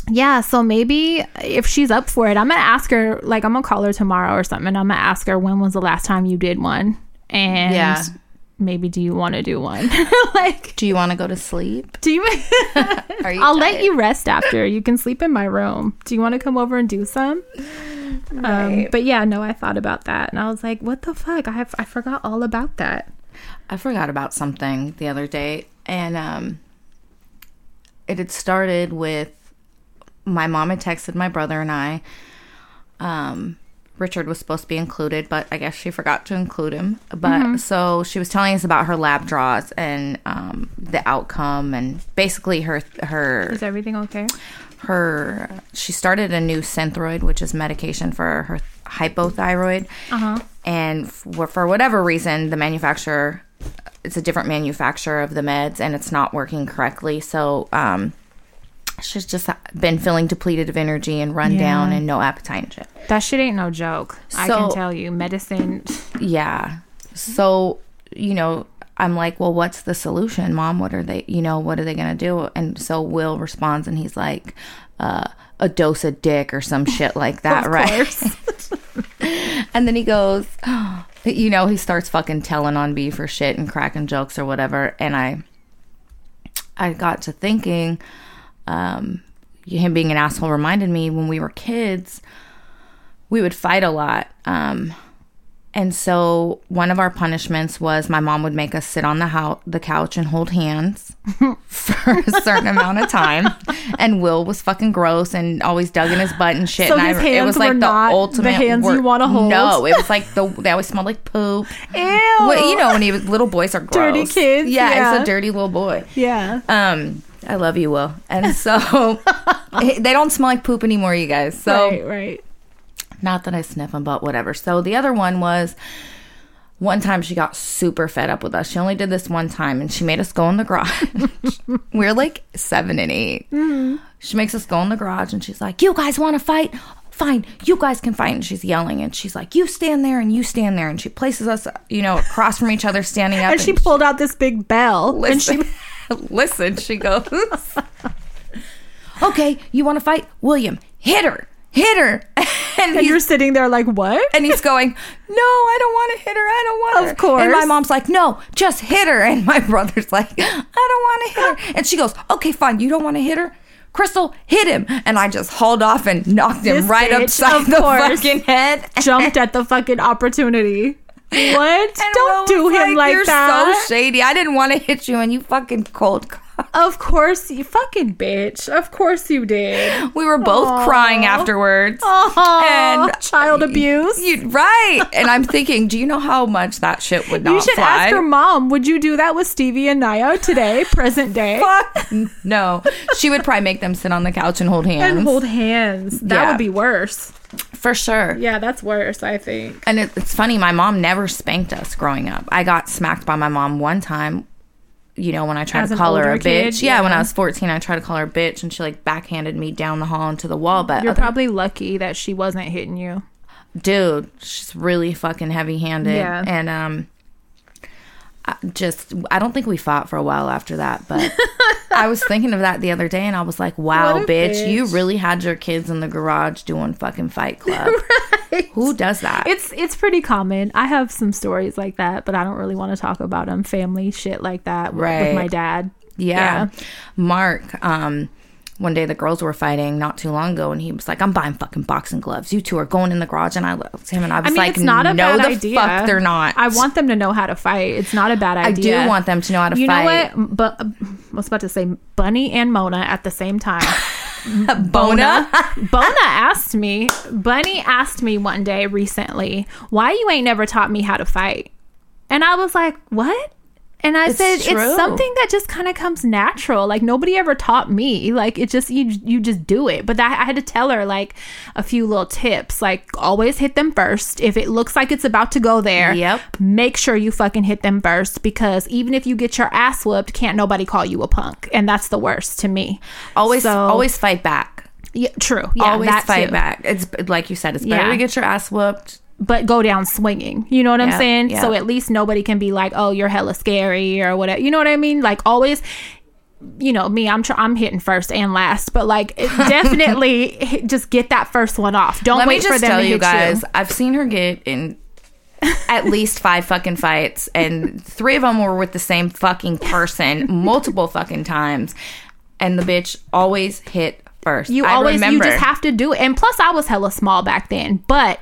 B: yeah, so maybe if she's up for it, I'm gonna ask her like I'm gonna call her tomorrow or something and I'm gonna ask her when was the last time you did one? And
A: Yeah.
B: maybe do you wanna do one? like
A: do you want to go to sleep?
B: do you
A: Are you
B: I'll
A: tired?
B: let you rest after. You can sleep in my room. Do you want to come over and do some? Um,
A: Right.
B: but yeah, no, I thought about that and I was like, what the fuck? I have I forgot all about that.
A: I forgot about something the other day, and um, it had started with my mom had texted my brother and I. Um, Richard was supposed to be included, but I guess she forgot to include him. But so she was telling us about her lab draws and um, the outcome, and basically her her
B: Is everything okay?
A: her she started a new synthroid which is medication for her hypothyroid
B: Uh-huh.
A: and for, for whatever reason the manufacturer it's a different manufacturer of the meds and it's not working correctly so um she's just been feeling depleted of energy and run down and no appetite and shit
B: That shit ain't no joke. I can
A: So-
B: tell you, medicine.
A: yeah so you know i'm like well what's the solution mom what are they you know what are they gonna do and so will responds and he's like uh a dose of dick or some shit like that right and then he goes you know he starts fucking telling on me for shit and cracking jokes or whatever and i i got to thinking um him being an asshole reminded me when we were kids we would fight a lot um and so one of our punishments was my mom would make us sit on the hou- the couch and hold hands for a certain amount of time. And Will was fucking gross and always dug in his butt and shit.
B: So
A: and
B: his hands
A: was
B: were not the hands you
A: wor-
B: wanna hold?
A: No, it was like the they always smelled like poop.
B: Ew.
A: Well, you know when he was little boys are gross.
B: Dirty kids,
A: Yeah,
B: yeah.
A: it's a dirty little boy.
B: Yeah.
A: Um, I love you, Will. And so they don't smell like poop anymore, you guys. So
B: right, right.
A: not that I sniff them, but whatever. So the other one was one time she got super fed up with us. She only did this one time and she made us go in the garage. We're like seven and 8
B: Mm-hmm.
A: She makes us go in the garage and she's like, You guys want to fight? Fine, you guys can fight. And she's yelling and she's like, You stand there and you stand there. And she places us, you know, across from each other, standing up.
B: And she pulled out this big bell. And she,
A: Listen, listen, she goes, Okay, you want to fight? William, hit her, hit her. And,
B: and
A: he's
B: you're sitting there like, what?
A: and he's going, No, I don't want to hit her. I don't want
B: Of
A: her.
B: course.
A: And my mom's like, No, just hit her. And my brother's like, I don't want to hit her. And she goes, Okay, fine. You don't want to hit her? Crystal, hit him. And I just hauled off and knocked him
B: This
A: right
B: bitch,
A: upside
B: of
A: the
B: course.
A: fucking head.
B: Jumped at the fucking opportunity. What?
A: And
B: Don't
A: Will
B: do
A: was
B: him like,
A: You're
B: that.
A: so shady. I didn't want to hit you, and you fucking cold. cock."
B: of course, you fucking bitch. Of course you did.
A: We were both crying afterwards.
B: Oh,
A: And-
B: child abuse. You,
A: You, right. And I'm thinking, do you know how much that shit would not
B: should
A: fly?
B: ask her mom, would you do that with Stevie and Naya today, present day?
A: Fuck no. She would probably make them sit on the couch and hold hands.
B: And hold hands. That
A: Yeah.
B: would be worse.
A: For sure.
B: Yeah, that's worse, I think.
A: And it, it's funny, my mom never spanked us growing up. I got smacked by my mom one time, you know, when I tried
B: As
A: to
B: an
A: call her a
B: older kid,
A: bitch. Yeah, when
B: yeah.
A: I was 14, I tried to call her a bitch and she like backhanded me down the hall into the wall. But
B: You're
A: other-
B: probably lucky that she wasn't hitting you.
A: dude, she's really fucking heavy handed.
B: Yeah.
A: And, um, I just, I don't think we fought for a while after that, but I was thinking of that the other day and I was like, wow,
B: What a
A: bitch, you
B: bitch.
A: really had your kids in the garage doing fucking Fight Club. Who does that?
B: It's it's pretty common. I have some stories like that, but I don't really want to talk about them. Family shit like that with, with
A: Right.
B: my dad.
A: Yeah. Mark, um, one day the girls were fighting not too long ago, and he was like, "I'm buying fucking boxing gloves. You two are going in the garage." And I looked at him, and I was
B: I mean,
A: like,
B: it's not a
A: "No,
B: bad
A: the
B: idea.
A: fuck, they're not."
B: I want them to know how to fight. It's not a bad
A: I
B: idea.
A: do want them to know how to
B: You
A: fight.
B: know what? But I was about to say Bunny and Mona at the same time.
A: Bona,
B: Bona asked me, Bunny asked me one day recently, why you ain't never taught me how to fight? And I was like, what? And I
A: It's
B: said
A: true.
B: it's something that just kind of comes natural. Like nobody ever taught me. Like it just you you just do it. But that, I had to tell her like a few little tips. Like always hit them first. If it looks like it's about to go there,
A: Yep.
B: Make sure you fucking hit them first because even if you get your ass whooped, can't nobody call you a punk, and that's the worst to me.
A: Always,
B: So-
A: always fight back.
B: Yeah, true. Yeah,
A: always
B: that
A: fight
B: too.
A: back. It's like you said. It's better
B: Yeah.
A: to get your ass whooped.
B: but go down swinging. You know what
A: Yeah,
B: I'm saying?
A: yeah.
B: So at least nobody can be like, "Oh, you're hella scary" or whatever. You know what I mean? Like always, you know me. I'm tr- I'm hitting first and last, but like it- definitely hit- just get that first one off. Don't
A: Let
B: wait
A: me just
B: for them
A: tell
B: to
A: you
B: hit
A: guys.
B: you.
A: I've seen her get in at least five fucking fights, and three of them were with the same fucking person multiple fucking times, and the bitch always hit first.
B: You
A: I
B: always
A: remember.
B: you just have to do it. And plus, I was hella small back then, but.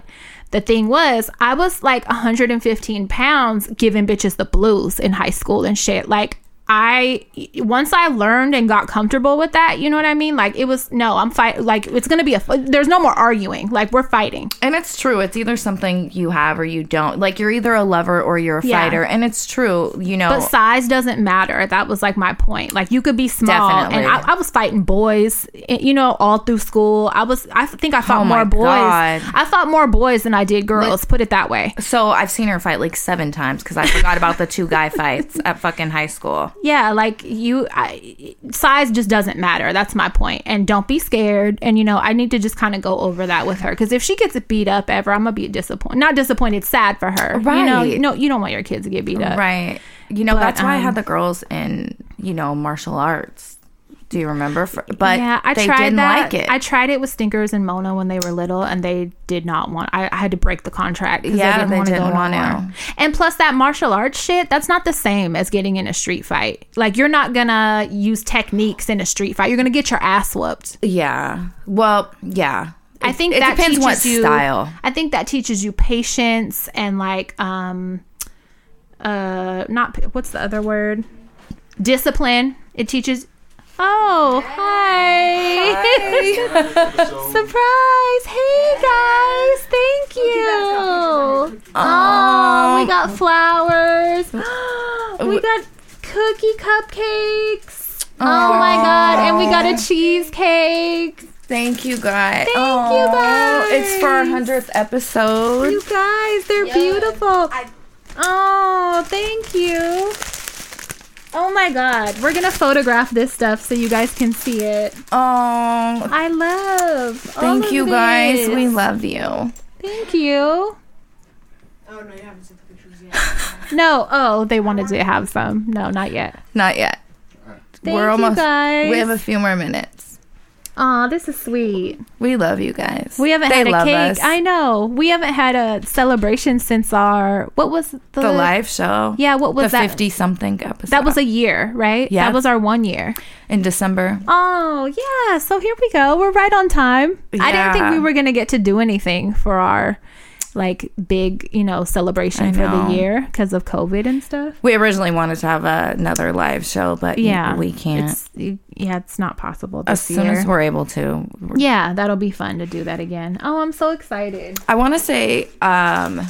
B: The thing was, I was like 115 pounds giving bitches the blues in high school and shit. Like, I, once I learned and got comfortable with that, you know what I mean? Like, it was, no, I'm fight. Like, it's going to be a, there's no more arguing. Like, we're fighting.
A: And it's true. It's either something you have or you don't. Like you're either a lover or you're a
B: Yeah.
A: fighter, and it's true. You know,
B: But size doesn't matter. That was like my point. Like you could be small,
A: Definitely.
B: and I, I was fighting boys. eh, You know, all through school, I was. I think I fought
A: Oh my
B: more boys.
A: God.
B: I fought more boys than I did girls. put it that way.
A: So I've seen her fight like seven times because I forgot about the two guy fights at fucking high school.
B: Yeah, like you, I, size just doesn't matter. That's my point. And don't be scared. And you know, I need to just kind of go over that with her because if she gets beat up ever, I'm gonna be disappointed. Not disappointed, sad for her. You know,
A: Right.
B: no, you don't want your kids to get beat up.
A: Right. You know,
B: But,
A: Uh, that's why I had
B: um,
A: the girls in, you know, martial arts. Do you remember? For- But
B: yeah, I
A: they
B: tried
A: didn't
B: that.
A: like it.
B: I tried it with Stinkers and Mona when they were little, and they did not want. I, I had to break the contract because
A: Yeah,
B: they didn't
A: they
B: want to go
A: didn't want
B: no
A: to.
B: more. And plus, that martial arts shit, that's not the same as getting in a street fight. Like you're not gonna use techniques in a street fight. You're gonna get your ass whooped.
A: yeah. Well, yeah.
B: I think
A: it
B: that
A: depends
B: teaches
A: what
B: you,
A: style.
B: I think that teaches you patience and like um, uh, not pa- what's the other word? Discipline. It teaches. Oh, hi. Surprise! Hey guys, thank you. Oh, we got flowers. we got cookie cupcakes. Oh my god, and we got a cheesecake.
A: Thank you guys.
B: Thank you,
A: Aw, It's for our
B: guys.
A: 100th episode.
B: You guys, they're beautiful. Oh, thank you. Oh my god, we're gonna photograph this stuff so you guys can see it.
A: oh,
B: I love.
A: thank you guys. We love you.
B: Thank you.
C: Oh no, you haven't seen the pictures yet.
B: No, oh, they wanted to have some. No, not yet.
A: Not yet.
B: Thank
A: We're almost.
B: you guys.
A: We have a few more minutes.
B: Aw, this is sweet.
A: We love you guys.
B: We haven't
A: They
B: had a
A: love
B: cake.
A: us.
B: I know. We haven't had a celebration since our what was the,
A: the live show.
B: Yeah, what was
A: the
B: that?
A: fifty something episode.
B: That was a year, right?
A: Yeah.
B: That was our one year.
A: in December.
B: Oh, yeah. So here we go. We're right on time. I didn't think
A: Yeah.
B: we were going to get to do anything for our like big, you know, celebration
A: I
B: for
A: know.
B: the year because of COVID and stuff.
A: We originally wanted to have another live show, but yeah,
B: Yeah.
A: we can't.
B: It's, yeah, it's not possible
A: as
B: this
A: soon
B: year.
A: as we're able to.
B: yeah, that'll be fun to do that again. Oh, I'm so excited.
A: I want to say um,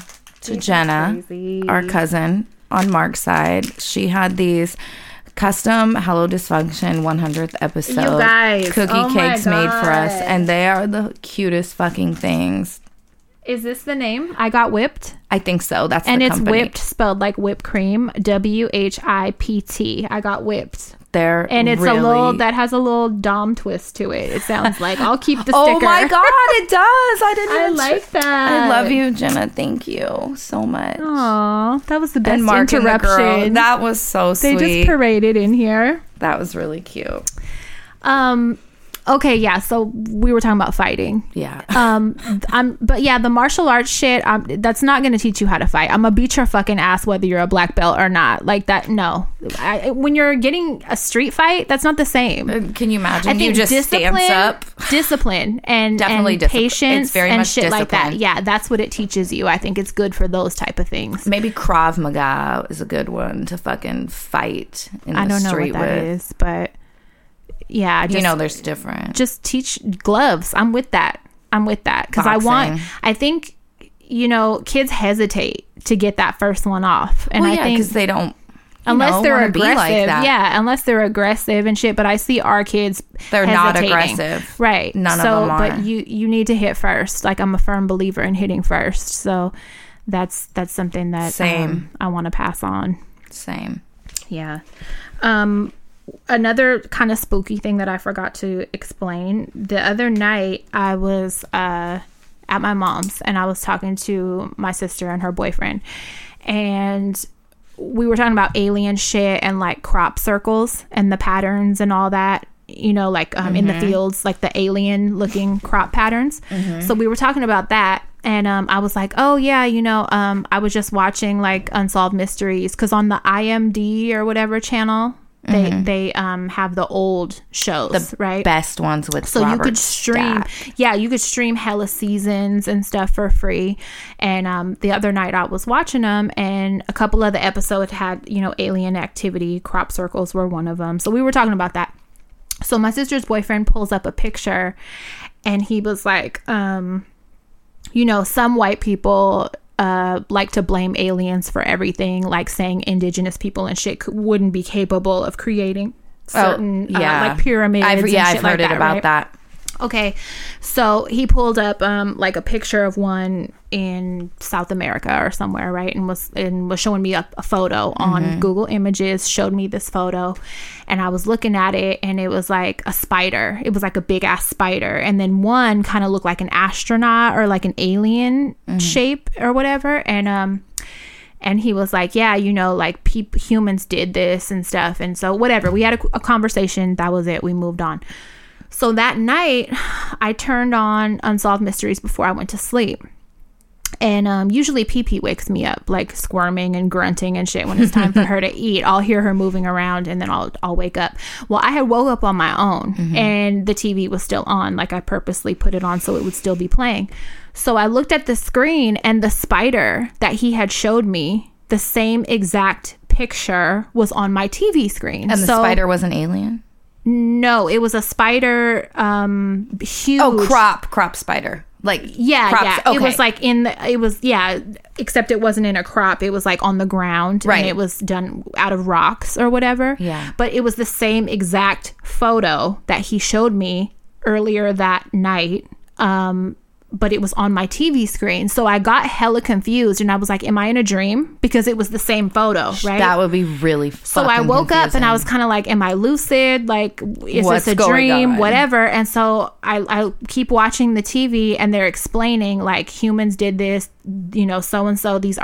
A: to Jenna,
B: Crazy.
A: our cousin on Mark's side, she had these custom Hello Dysfunction 100th episode
B: guys.
A: cookie
B: Oh my
A: cakes made for us,
B: God.
A: and they are the cutest fucking things.
B: Is this the name? I got whipped.
A: I think so. That's
B: And
A: the
B: it's
A: company.
B: whipped spelled like whipped cream. W H I P T. I got whipped.
A: They're
B: and it's
A: really...
B: a little that has a little dom twist to it. It sounds like I'll keep the sticker.
A: Oh my god, it does! I didn't.
B: I
A: even
B: like that.
A: I love you, Jenna. Thank you so much.
B: Aw, that was the best
A: and Mark and the
B: interruption.
A: girl. That was so
B: they
A: sweet.
B: just paraded in here.
A: that was really cute.
B: Um, okay, yeah. So we were talking about fighting.
A: Yeah.
B: Um, I'm, but yeah, the martial arts shit. Um, that's not gonna teach you how to fight. I'm gonna beat your fucking ass whether you're a black belt or not. Like that. No, I, when you're getting a street fight, that's not the same.
A: Can you imagine? Uh, You just stamps
B: discipline-
A: up.
B: discipline, and
A: Definitely
B: and
A: discipline. It's
B: patience,
A: very
B: and
A: much
B: shit like that.
A: discipline.
B: Yeah, that's what it teaches you. I think it's good for those type of things.
A: Maybe Krav Maga is a good one to fucking fight in
B: I
A: the
B: don't know
A: street
B: what that
A: with.
B: is, but yeah, I just,
A: you know, there's different.
B: just teach gloves. I'm with that. I'm with that because I want.
A: Boxing.
B: I think you know, kids hesitate to get that first one off, and
A: well,
B: I
A: yeah,
B: think
A: because they don't.
B: unless
A: know,
B: they're
A: wanna be like
B: aggressive.
A: that.
B: Yeah, unless they're aggressive and shit. But I see our kids
A: They're not
B: hesitating.
A: aggressive.
B: right?
A: None of
B: so,
A: them are.
B: But you you need to hit first. Like I'm a firm believer in hitting first. So that's that's something that
A: Same.
B: um, I want to pass on.
A: Same.
B: Yeah. Um, another kind of spooky thing that I forgot to explain. The other night, I was uh, at my mom's and I was talking to my sister and her boyfriend, and we were talking about alien shit and like crop circles and the patterns and all that. You know, like um, in the fields, like the alien looking crop patterns. So we were talking about that. And um, I was like, oh, yeah, you know, um, I was just watching like Unsolved Mysteries because on the IMD or whatever channel, they, they um, have the old shows, right?
A: Best ones with
B: so you
A: Robert
B: could stream
A: Stack.
B: yeah you could stream hella seasons and stuff for free and um, the other night i was watching them and a couple of the episodes had you know alien activity crop circles were one of them so we were talking about that so my sister's boyfriend pulls up a picture and he was like um you know some white people uh like to blame aliens for everything like saying indigenous people and shit c- wouldn't be capable of creating certain yeah. like pyramids
A: I've,
B: and
A: Oh, yeah,
B: shit
A: I've
B: like
A: heard
B: that,
A: it about
B: right?
A: that.
B: Okay, so he pulled up um, like a picture of one in South America or somewhere, right? And was and was showing me a, a photo on Google Images. Showed me this photo, and I was looking at it, and it was like a spider. It was like a big ass spider, and then one kind of looked like an astronaut or like an alien shape or whatever, and um. And he was like, "Yeah, you know, like peop- humans did this and stuff, and so whatever." We had a, a conversation. That was it. We moved on. So that night, I turned on Unsolved Mysteries before I went to sleep. And um, usually, Pee Pee wakes me up, like squirming and grunting and shit when it's time for her to eat. I'll hear her moving around and then I'll, I'll wake up. Well, I had woke up on my own
A: Mm-hmm.
B: and the TV was still on. Like, I purposely put it on so it would still be playing. So I looked at the screen and the spider that he had showed me, the same exact picture was on my TV screen.
A: And the
B: So-
A: spider was an alien.
B: no, it was a spider. Um, huge.
A: Oh, crop, crop spider. Like
B: Yeah,
A: crops.
B: yeah.
A: Okay.
B: It was like in the. It was yeah. Except it wasn't in a crop. It was like on the ground.
A: Right.
B: And it was done out of rocks or whatever.
A: Yeah.
B: But it was the same exact photo that he showed me earlier that night. Um. But it was on my TV screen, so I got hella confused, and I was like, "Am I in a dream?" Because it was the same photo, right?
A: that would be really.
B: So I woke up and I was kind of like, "Am I lucid? Like, is
A: What's
B: this a
A: going
B: dream?
A: on?
B: Whatever." And so I, I keep watching the TV, and they're explaining like humans did this. You know, so and so these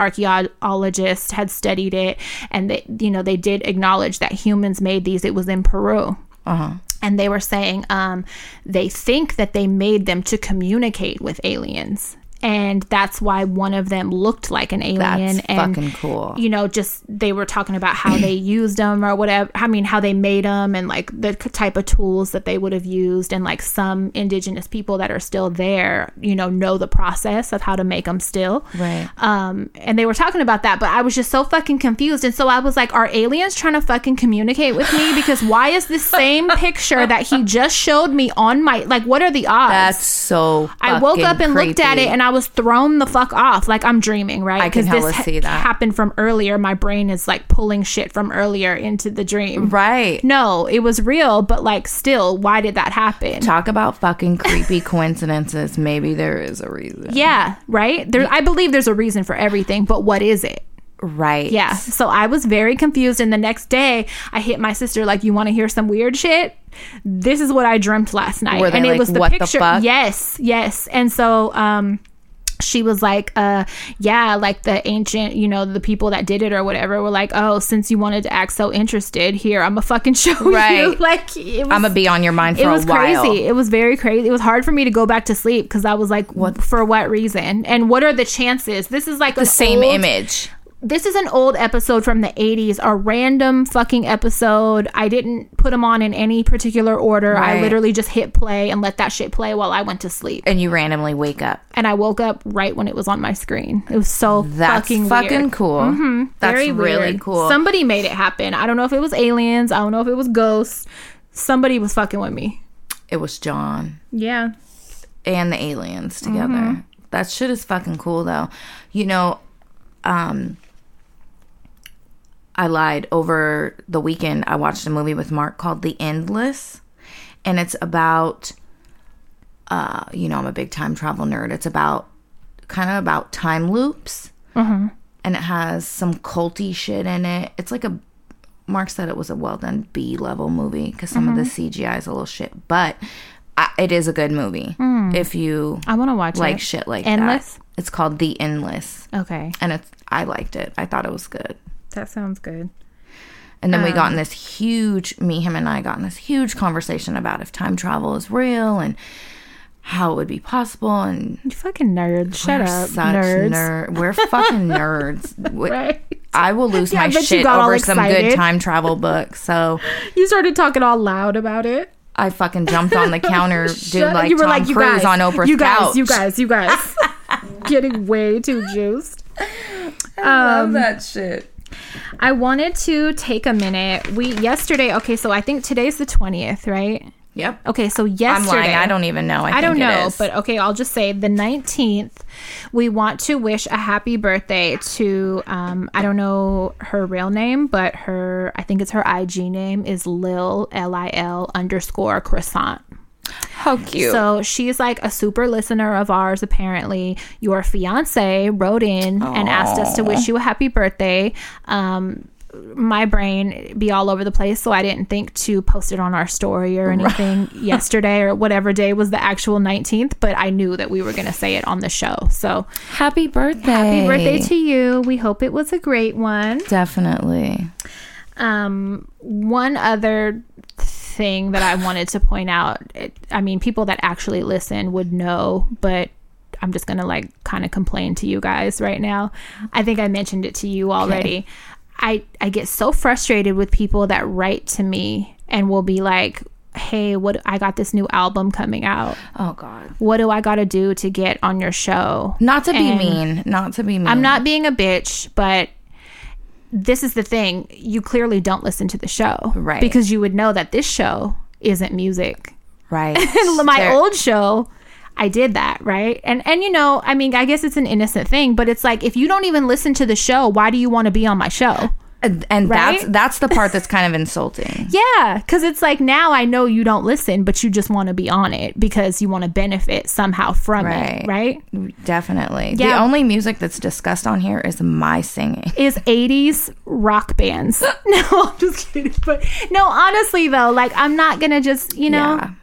B: archaeologists had studied it, and they, you know, they did acknowledge that humans made these. It was in Peru.
A: Uh-huh.
B: And they were saying um, they think that they made them to communicate with aliens. And that's why one of them looked like an alien.
A: That's
B: and
A: fucking cool.
B: you know, just they were talking about how they used them or whatever. I mean, how they made them and like the k- type of tools that they would have used. And like some indigenous people that are still there, you know, know the process of how to make them still.
A: Right.
B: Um, and they were talking about that, but I was just so fucking confused. And so I was like, are aliens trying to fucking communicate with me? Because why is this same picture that he just showed me on my, like, what are the odds?
A: That's so.
B: I woke
A: fucking
B: up and looked at
A: creepy.
B: it and I was thrown the fuck off. Like I'm dreaming, right?
A: I can hella
B: this ha-
A: see that.
B: happened from earlier. My brain is like pulling shit from earlier into the dream.
A: right.
B: No, it was real, but like still, why did that happen?
A: Talk about fucking creepy coincidences. Maybe there is a reason.
B: yeah, right? There I believe there's a reason for everything, but what is it?
A: Right.
B: Yeah. So I was very confused and the next day I hit my sister like, "You want to hear some weird shit?" This is what I dreamt last night.
A: Were they
B: and
A: like,
B: it was the
A: "What the
B: picture.
A: fuck?"
B: Yes, yes. And so um she was like, uh, yeah, like the ancient, you know, the people that did it or whatever were like, oh, since you wanted to act so interested, here, I'm a fucking show you.
A: Right.
B: Like, it was,
A: I'm gonna be on your mind for
B: it was
A: a while.
B: crazy. It was very crazy. It was hard for me to go back to sleep because I was like, what? for what reason? And what are the chances? This is like
A: The same
B: image
A: image.
B: this is an old episode from the 80s, a random fucking episode. I didn't put them on in any particular order. I
A: Right.
B: literally just hit play and let that shit play while I went to sleep.
A: And you randomly wake up.
B: And I woke up right when it was on my screen. It was so
A: That's
B: fucking
A: fucking,
B: weird. Mm-hmm.
A: cool. That's
B: Very
A: really
B: weird.
A: cool.
B: Somebody made it happen. I don't know if it was aliens, I don't know if it was ghosts. Somebody was fucking with me.
A: it was John.
B: Yeah.
A: and the aliens together.
B: Mm-hmm.
A: That shit is fucking cool though. You know, um I lied. Over the weekend, I watched a movie with Mark called The Endless, and it's about, uh, you know, I'm a big time travel nerd. It's about kind of about time loops,
B: Mm-hmm.
A: and it has some culty shit in it. It's like a Mark said it was a well done B level movie because some
B: Mm-hmm.
A: of the CGI is a little shit, but I, it is a good movie if you
B: I want to Mm. watch
A: like
B: it.
A: shit like
B: Endless?
A: that. It's called The Endless,
B: Okay,
A: and it's I liked it. I thought it was good.
B: that sounds good.
A: And then we
B: Um,
A: got in this huge, me, him, and I got in this huge conversation about if time travel is real and how it would be possible. And
B: You fucking nerds. Shut
A: we're
B: up,
A: such
B: nerds.
A: ner- We're fucking nerds. We-
B: Right.
A: I will lose
B: Yeah, I
A: my
B: bet you
A: shit
B: got all
A: over some good
B: excited.
A: time travel book. So
B: You started talking all loud about it.
A: I fucking jumped on the counter, dude,
B: Shut-
A: like
B: you were
A: Tom
B: like you
A: Cruise
B: guys,
A: on Oprah's
B: you guys,
A: couch.
B: you guys, you guys, getting way too juiced. um,
A: love that shit.
B: I wanted to take a minute. We yesterday, okay, so I think today's the twentieth, right?
A: Yep.
B: Okay, so
A: I'm
B: yesterday,
A: lying. I don't even know. I,
B: I don't
A: think it
B: know,
A: is.
B: but okay, I'll just say the 19th, we want to wish a happy birthday to, um, I don't know her real name, but her, I think it's her IG name is Lil, L I L underscore croissant.
A: how cute.
B: So she's like a super listener of ours, apparently. Your fiance wrote in and asked us to wish you a happy birthday. Um, my brain be all over the place, so I didn't think to post it on our story or anything yesterday or whatever day was the actual 19th, but I knew that we were going to say it on the show. So
A: happy birthday.
B: happy birthday to you. We hope it was a great one.
A: Definitely.
B: Um, one other thing that I wanted to point out, it, I mean, people that actually listen would know, but I'm just gonna like kind of complain to you guys right now. I think I mentioned it to you already. I I get so frustrated with people that write to me and will be like, "Hey, what? I got this new album coming out.
A: Oh God.
B: What do I got to do to get on your show?"
A: Not to be
B: And-
A: mean. Not to be mean.
B: I'm not being a bitch, but this is the thing. You clearly don't listen to the show.
A: Right.
B: Because you would know that this show isn't music.
A: right.
B: My
A: There-
B: old show, I did that, right? And and you know, I mean, I guess it's an innocent thing, but it's like if you don't even listen to the show, why do you want to be on my show?
A: and and that's
B: Right?
A: that's the part that's kind of insulting.
B: Yeah, cuz it's like now I know you don't listen, but you just want to be on it because you want to benefit somehow from
A: Right.
B: it, right?
A: Definitely. The
B: Yeah.
A: only music that's discussed on here is my singing.
B: is 80s rock bands. no, I'm just kidding. But no, honestly though, like I'm not going to just, you know.
A: Yeah. Mm-hmm.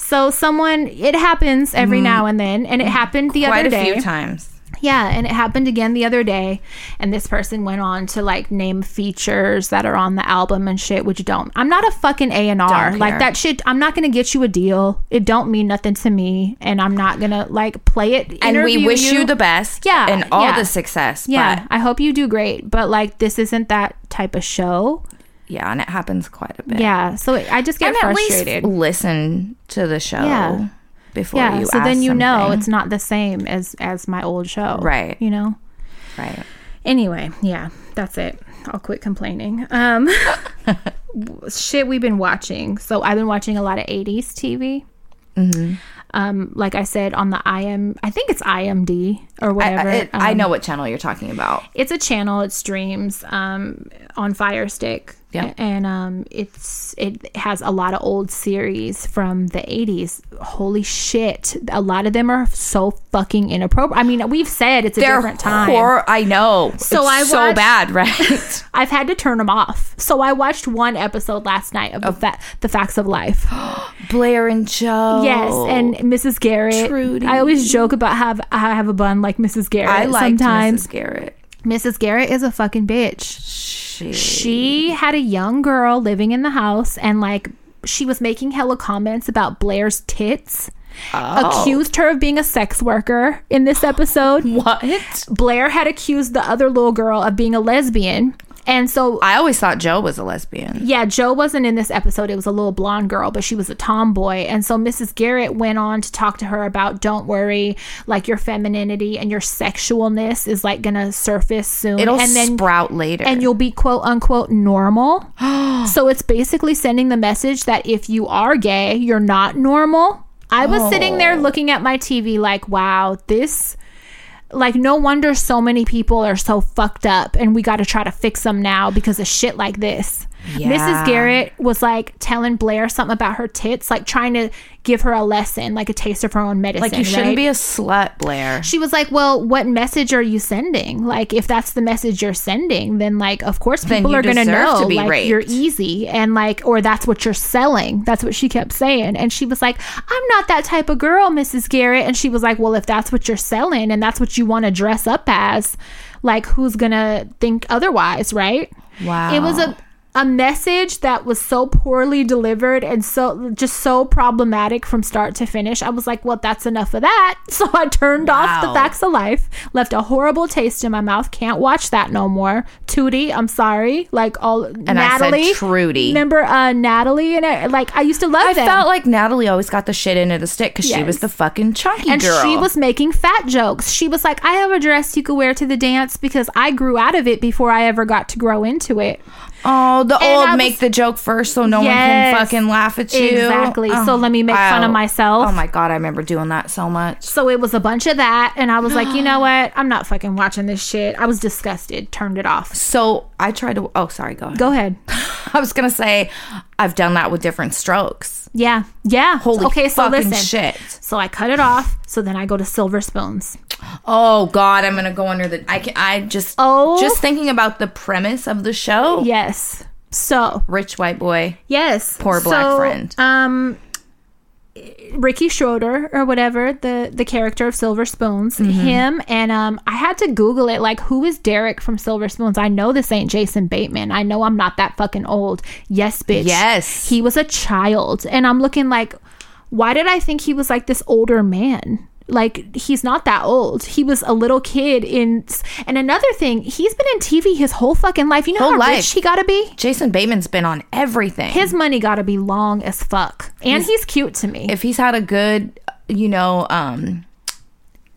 B: So someone it happens every now and then and it happened the
A: Quite
B: other
A: a
B: day.
A: few times.
B: Yeah, and it happened again the other day and this person went on to like name features that are on the album and shit which don't. I'm not a fucking A&R.
A: Don't care.
B: Like that shit I'm not going to get you a deal. It don't mean nothing to me and I'm not going to like play it
A: And we
B: interview
A: wish you, the best.
B: Yeah,
A: And all
B: yeah.
A: the success.
B: Yeah,
A: But
B: I hope you do great, but like this isn't that type of show.
A: yeah, and it happens quite a bit.
B: Yeah, so I just get
A: and at least
B: frustrated.
A: listen to the show
B: Yeah.
A: before
B: yeah,
A: you
B: so
A: ask
B: then you know
A: something.
B: it's not the same as as my old show,
A: Right.
B: You know.
A: right.
B: Anyway, yeah, that's it. I'll quit complaining. Um, shit, we've been watching. So I've been watching a lot of '80s TV.
A: Mm-hmm.
B: Um, like I said on the IM, I think it's IMD or
A: I,
B: whatever.
A: I, it- I
B: um,
A: know what channel you're talking about.
B: it's a channel it streams um, on fire stick
A: Yeah.
B: and um, it's it has a lot of old series from the 80s holy shit a lot of them are so fucking inappropriate i mean we've said it's a different time
A: hor- I know.
B: So
A: It's
B: I
A: so
B: watched-
A: bad, right?
B: i've had to turn them off so i watched one episode last night of the, fa- the facts of life
A: Blair and Joe.
B: Yes, and Mrs. Garrett.
A: Trudy.
B: I always joke about have I have a bun like Mrs. Garrett.
A: I liked
B: sometimes
A: Mrs. Garrett.
B: Mrs. Garrett is a fucking bitch.
A: She,
B: she had a young girl living in the house and like she was making hella comments about Blair's tits. Accused her of being a sex worker in this episode.
A: what?
B: Blair had accused the other little girl of being a lesbian. And so
A: I always thought Joe was a lesbian.
B: yeah, Joe wasn't in this episode. It was a little blonde girl, but she was a tomboy. And so Mrs. Garrett went on to talk to her about don't worry, like your femininity and your sexualness is like gonna surface soon.
A: It'll
B: and then
A: sprout later.
B: and you'll be quote unquote normal. so it's basically sending the message that if you are gay, you're
A: Oh.
B: not normal. I was sitting there looking at my TV like, wow, this Like, no wonder so many people are so fucked up, and we got to try to fix them now because of shit like this. Mrs.
A: Yeah.
B: Garrett was like telling Blair something about her tits, like trying to give her a lesson, like a taste of her own medicine.
A: Like you shouldn't
B: right?
A: be a slut, Blair.
B: she was like, "Well, what message are you sending? Like, if that's the message you're sending, then like, of course,
A: Then
B: people
A: you
B: are going to
A: deserve
B: know
A: to be
B: like
A: raped.
B: you're easy and like, or that's what you're selling. That's what she kept saying, and she was like, "I'm not that type of girl, Mrs. Garrett." And she was like, "Well, if that's what you're selling and that's what you want to dress up as, like, who's gonna think otherwise, right?"
A: Wow.
B: It was a a message that was so poorly delivered and so just so problematic from start to finish. I was like, "Well, that's enough of that." So I turned off the
A: Wow.
B: facts of life, left a horrible taste in my mouth. Can't watch that no more. Tootie, I'm sorry. Like all
A: and
B: Natalie,
A: I said Trudy.
B: remember uh, Natalie and I, like I used to love
A: I
B: them.
A: felt like Natalie always got the shit end of the stick because she was
B: Yes.
A: the fucking chunky
B: and
A: girl.
B: she was making fat jokes. She was like, "I have a dress you could wear to the dance because I grew out of it before I ever got to grow into it."
A: oh, the
B: And
A: old
B: I
A: make
B: was-
A: the joke first so no one
B: Yes.
A: can fucking laugh at you.
B: Exactly.
A: Oh,
B: So let me make fun of
A: wow.
B: myself.
A: Oh my god, I remember doing that so much.
B: So it was a bunch of that, and I was like, you know what? I'm not fucking watching this shit. I was disgusted, turned it off.
A: So I tried to. Oh, sorry. Go ahead.
B: Go ahead.
A: I was gonna say I've done that with different strokes.
B: Yeah, yeah.
A: Holy
B: okay, so
A: fucking
B: listen.
A: shit.
B: So I cut it off. So then I go to silver spoons.
A: Oh god, I'm gonna go under the. I can. I just.
B: Oh.
A: Just thinking about the premise of the show.
B: Yes. So
A: Rich white boy.
B: yes,
A: Poor black
B: So,
A: friend.
B: Um, Ricky Schroeder or whatever the the character of Silver Spoons,
A: Mm-hmm.
B: him and um, I had to Google it. Like, who is Derek from Silver Spoons? I know this ain't Jason Bateman. I know I'm not that fucking old. Yes, bitch.
A: Yes.
B: he was a child, and I'm looking like, why did I think he was like this older man? Like he's not that old. He was a little kid in. And another thing, he's been in TV his whole fucking life. You know
A: Whole
B: how
A: life.
B: rich he got to be.
A: Jason Bateman's been on everything.
B: His money got to be long as fuck. And he's, cute to me.
A: if he's had a good, you know, um,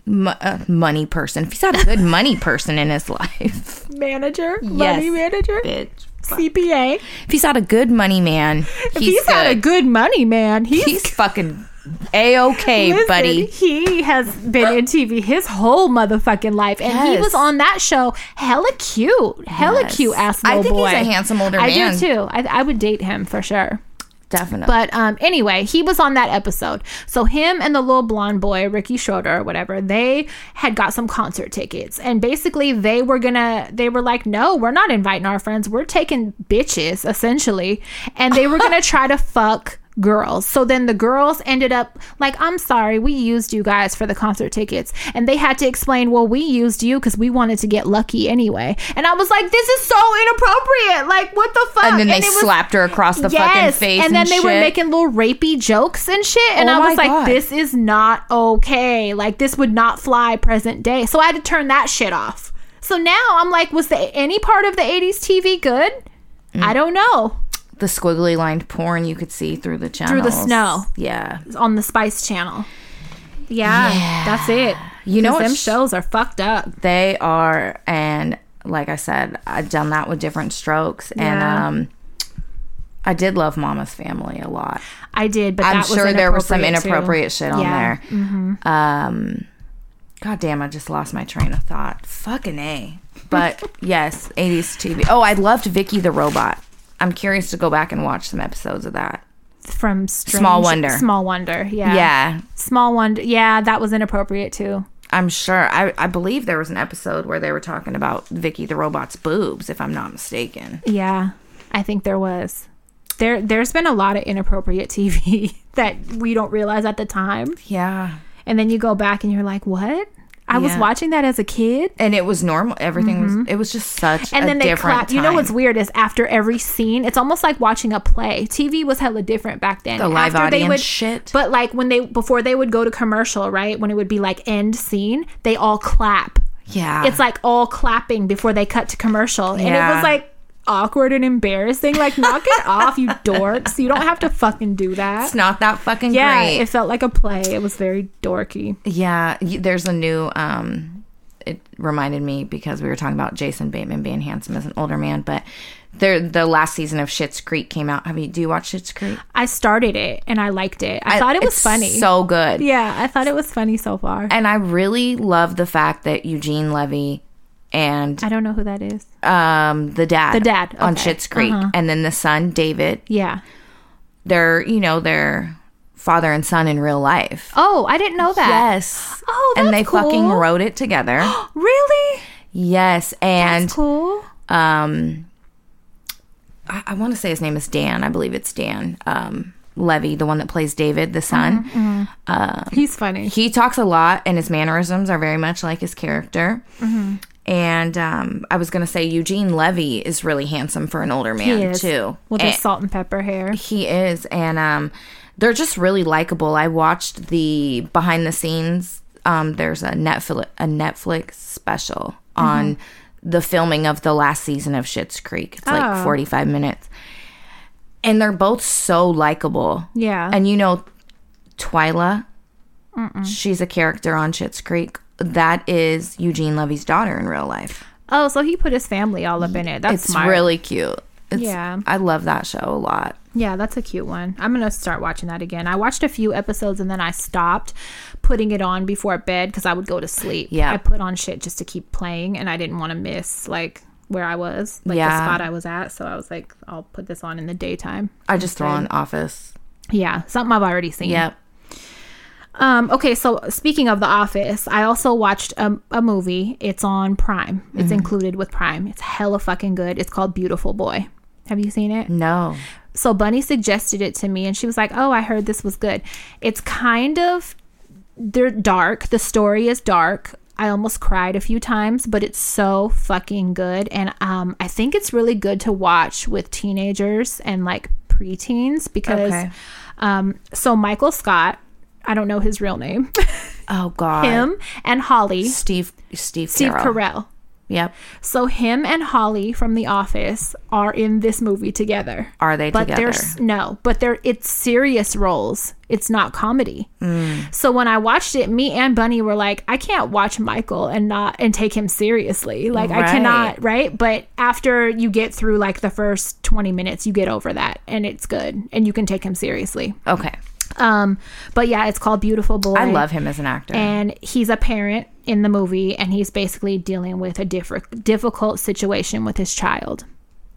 A: m- uh, money person. If he's had a good money person in his life,
B: manager,
A: money
B: manager,
A: bitch.
B: CPA.
A: If he's had a good money man, he's,
B: He's, had a
A: good.
B: good money, man. He's,
A: he's fucking a okay,
B: listen,
A: buddy.
B: He has been in TV his whole motherfucking life. And he
A: Yes.
B: was on that show hella cute. Hella
A: Yes.
B: cute ass
A: I
B: little
A: think
B: boy.
A: he's a handsome older
B: I
A: man.
B: do too. I, I would date him for sure.
A: Definitely.
B: But um, anyway, he was on that episode. So him and the little blonde boy, Ricky Schroeder or whatever, they had got some concert tickets, and basically they were gonna, they were like, no, we're not inviting our friends. We're taking bitches essentially, and they were gonna try to fuck girls. So then the girls ended up like, I'm sorry, we used you guys for the concert tickets, and they had to explain, well, we used you because we wanted to get lucky anyway. And I was like, this is so inappropriate. Like, what the fuck?
A: and then they
B: it was-
A: slapped her across the fucking face.
B: and then they were
A: shit.
B: making little rapey jokes and shit. And
A: Oh
B: I was
A: my
B: like,
A: God.
B: this is not okay. Like, this would not fly present day. So I had to turn that shit off. So now I'm like, was the, any part of the 80s TV good?
A: Mm.
B: I don't know.
A: the squiggly lined porn you could see through the channels.
B: the snow.
A: Yeah.
B: It's on the Spice Channel. Yeah, that's it.
A: You know
B: 'Cause
A: what
B: them
A: sh-
B: shows are fucked up.
A: They are and like I said, I've done that with different strokes and
B: Yeah.
A: um I did love Mama's Family a lot.
B: I did, but
A: I'm
B: that was
A: sure there was some
B: too.
A: inappropriate shit on
B: Yeah. Mm-hmm.
A: there. Um, God damn, I just lost my train of thought. Fucking A. But yes, 80s TV. Oh, I loved Vicky the Robot. I'm curious to go back and watch some episodes of that.
B: from Strange-
A: Small Wonder.
B: Small Wonder, yeah,
A: Yeah,
B: Small Wonder, yeah, that was inappropriate too.
A: I'm sure. I, I believe there was an episode where they were talking about Vicky the Robot's boobs, if I'm not mistaken.
B: Yeah, I think there was. There, there's been a lot of inappropriate TV that we don't realize at the time,
A: Yeah.
B: and then you go back and you're like, "What? I was
A: Yeah.
B: watching that as a kid."
A: And it was normal. Everything was, it was just such
B: Mm-hmm. And
A: a
B: then they
A: different
B: clap. You know
A: time.
B: what's weird is after every scene, it's almost like watching a play. TV was hella different back then.
A: The live
B: after
A: audience
B: would,
A: shit.
B: But like when they before they would go to commercial, right? When it would be like end scene, they all clap.
A: Yeah.
B: it's like all clapping before they cut to commercial. And it
A: Ah. Yeah.
B: was like awkward and embarrassing. Like, knock it off, you dorks. You don't have to fucking do that.
A: it's not that fucking
B: Yeah,
A: great.
B: it felt like a play. It was very dorky.
A: Yeah, y- there's a new um it reminded me because we were talking about Jason Bateman being handsome as an older man, but there the last season of Shit's Creek came out. Have you do you watch Shit's Creek?
B: I started it and I liked it. I, thought it was
A: it's
B: funny.
A: So good.
B: yeah, I thought it was funny so far.
A: And I really love the fact that Eugene Levy and
B: I don't know who that is.
A: um the dad
B: The dad,
A: on
B: okay.
A: Shit's Creek
B: Uh-huh.
A: and then the son David,
B: Yeah.
A: they're, you know, they're father and son in real life.
B: Oh, I didn't know that.
A: Yes.
B: Oh,
A: and they
B: that's
A: fucking
B: cool.
A: wrote it together.
B: Really?
A: yes, and
B: That's cool.
A: um I, I want to say his name is Dan. I believe it's Dan. Um Levy, the one that plays David, the son.
B: Mm-hmm,
A: Uh,
B: He's funny.
A: He talks a lot and his mannerisms are very much like his character.
B: Mm-hmm.
A: And um, I was going to say Eugene Levy is really handsome for an older man,
B: He is.
A: too.
B: With
A: And-
B: his salt and pepper hair.
A: he is, and um, they're just really likable. I watched the behind the scenes. Um, there's a Netflix a Netflix special on the filming of the last season of Schitt's Creek. It's like
B: Mm-hmm. Oh.
A: 45 minutes, and they're both so likable.
B: Yeah.
A: And you know, Twyla, she's a character on Schitt's Creek. That is Eugene Levy's daughter in real life.
B: oh, so he put his family all up in it. That's
A: It's
B: smart.
A: really cute. It's,
B: Yeah.
A: I love that show a lot.
B: Yeah, that's a cute one. I'm going to start watching that again. I watched a few episodes and then I stopped putting it on before bed because I would go to sleep.
A: Yeah.
B: I put on shit just to keep playing and I didn't want to miss like where I was, like
A: Yeah.
B: the spot I was at. So I was like, I'll put this on in the daytime.
A: I just throw on Office.
B: Yeah, something I've already seen.
A: Yep.
B: Um, okay, so speaking of The Office, I also watched a, a movie. It's on Prime. It's
A: Mm-hmm.
B: included with Prime. It's hella fucking good. It's called Beautiful Boy. Have you seen it?
A: No.
B: So Bunny suggested it to me, and she was like, "Oh, I heard this was good." It's kind of they're dark. The story is dark. I almost cried a few times, but it's so fucking good, and um, I think it's really good to watch with teenagers and like preteens because,
A: Okay.
B: um, so Michael Scott, I don't know his real name,
A: Oh God.
B: him and Holly,
A: Steve. Steve.
B: Steve
A: Carell.
B: Carell.
A: Yep.
B: So him and Holly from The Office are in this movie together.
A: Are they
B: but
A: together?
B: there's no, but they're it's serious roles. It's not comedy.
A: Mm.
B: So when I watched it, me and Bunny were like, I can't watch Michael and not and take him seriously. Like
A: Right.
B: I cannot, right? But after you get through like the first 20 minutes, you get over that and it's good and you can take him seriously.
A: Okay.
B: Um but yeah, it's called Beautiful Boy
A: I love him as an actor.
B: and he's a parent in the movie and he's basically dealing with a diff- difficult situation with his child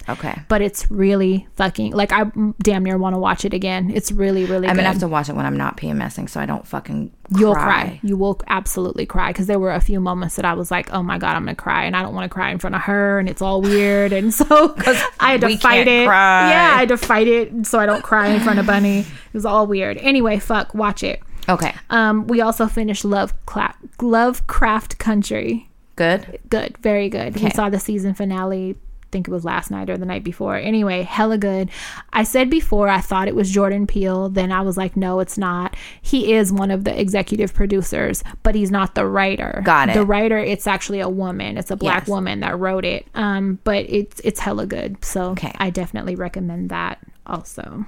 A: okay.
B: but it's really fucking like i damn near want to watch it again it's really really
A: I'm
B: good
A: gonna have to watch it when I'm not PMSing, so I don't fucking. Cry.
B: you'll cry. you will absolutely cry because there were a few moments that i was like oh my god i'm gonna cry and i don't want to cry in front of her and it's all weird and so i had to
A: we
B: fight
A: can't
B: it
A: cry.
B: yeah i had to fight it so i don't cry in front of bunny it was all weird anyway fuck watch it
A: Okay.
B: um, we also finished Love Cla- Lovecraft Country.
A: Good.
B: good, very good. We
A: Okay.
B: saw the season finale. I think it was last night or the night before. Anyway, hella good. I said before I thought it was Jordan Peele. Then I was like, no, it's not. He is one of the executive producers, but he's not the writer.
A: Got it.
B: The writer, it's actually a woman. It's a black
A: Yes.
B: woman that wrote it. Um, but it's it's hella good. So
A: Okay.
B: I definitely recommend that also.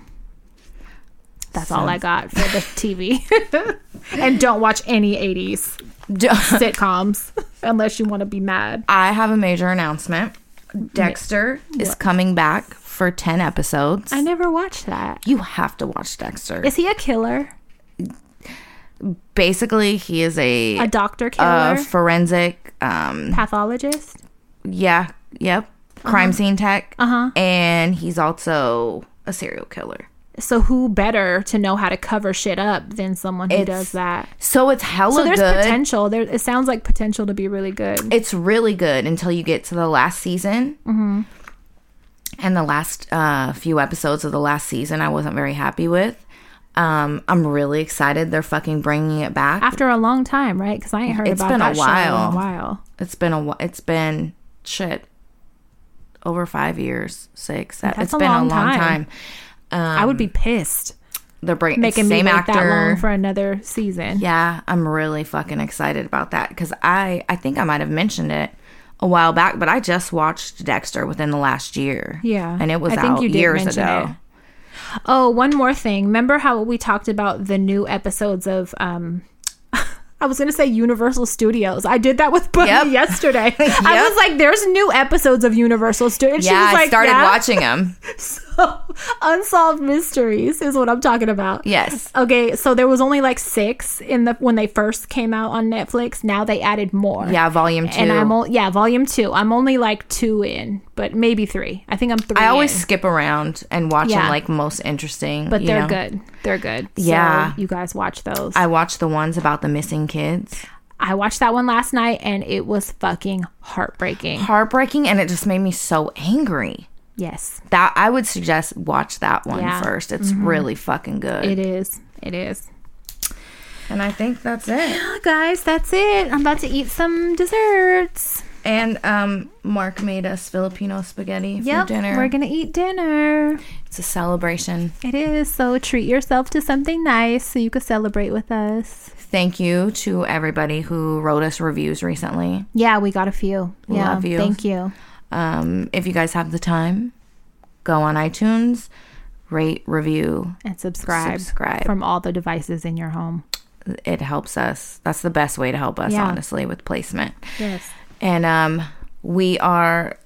B: That's all I got for the TV. and don't watch any 80s
A: Do-
B: sitcoms unless you want to be mad.
A: I have a major announcement. Dexter is coming back for ten episodes.
B: I never watched that.
A: you have to watch Dexter.
B: Is he a killer?
A: Basically, he is a
B: A doctor killer?
A: a forensic um,
B: pathologist?
A: Yeah. Yep. Crime
B: Uh-huh.
A: scene tech. Uh huh. And he's also a serial killer.
B: So who better to know how to cover shit up than someone who
A: It's
B: does that?
A: So it's hella
B: So there's
A: good.
B: potential. There it sounds like potential to be really good.
A: it's really good until you get to the last season. Mm-hmm. And the last uh, few episodes of the last season, I wasn't very happy with. Um, I'm really excited. They're fucking bringing it back.
B: After a long time, right? Because I ain't heard
A: It's
B: about
A: been a
B: that show
A: while.
B: in a while.
A: it's been a. wh- It's been shit. Over five years, six. That,
B: That's
A: it's
B: a
A: been
B: long
A: a long
B: time.
A: time. Um,
B: I would be pissed
A: They're bringing
B: making
A: same
B: me wait
A: actor.
B: that long for another season.
A: Yeah, I'm really fucking excited about that because I I think I might have mentioned it a while back, but I just watched Dexter within the last year.
B: Yeah.
A: and it was
B: I think
A: out
B: you did
A: years
B: mention
A: ago.
B: Oh, one more thing. Remember how we talked about the new episodes of um I was gonna say Universal Studios. I did that with Bunny
A: Yep.
B: yesterday. I
A: Yep.
B: was like, "There's new episodes of Universal Studios." She
A: yeah,
B: was like,
A: I started
B: "Yeah."
A: watching them.
B: So, unsolved mysteries is what I'm talking about.
A: Yes.
B: Okay, so there was only like six in the when they first came out on Netflix. Now they added more.
A: Yeah, volume two.
B: and I'm o- yeah, volume two. I'm only like two in, but maybe three. I think I'm three.
A: I always
B: in.
A: skip around and watch
B: Yeah.
A: them like most interesting.
B: but
A: you
B: they're
A: know?
B: good. They're good. So
A: Yeah.
B: you guys watch those.
A: I watched the ones about the missing kids.
B: I watched that one last night, and it was fucking heartbreaking.
A: Heartbreaking, and it just made me so angry.
B: Yes,
A: That I would suggest watch that one
B: Yeah. Mm-hmm.
A: first. It's really fucking good.
B: it is. It is.
A: And I think that's it.
B: Guys, that's it. I'm about to eat some desserts.
A: And um, Mark made us Filipino spaghetti
B: Yep,
A: for dinner.
B: we're gonna eat dinner.
A: it's a celebration.
B: It is. So treat yourself to something nice so you can celebrate with us.
A: Thank you to everybody who wrote us reviews recently.
B: Yeah, we got a few. Yeah,
A: Love you.
B: Thank you.
A: Um, if you guys have the time, go on iTunes, rate, review.
B: And subscribe.
A: Subscribe.
B: From all the devices in your home.
A: It helps us. That's the best way to help us,
B: Yeah.
A: honestly, with placement.
B: Yes.
A: And um, we are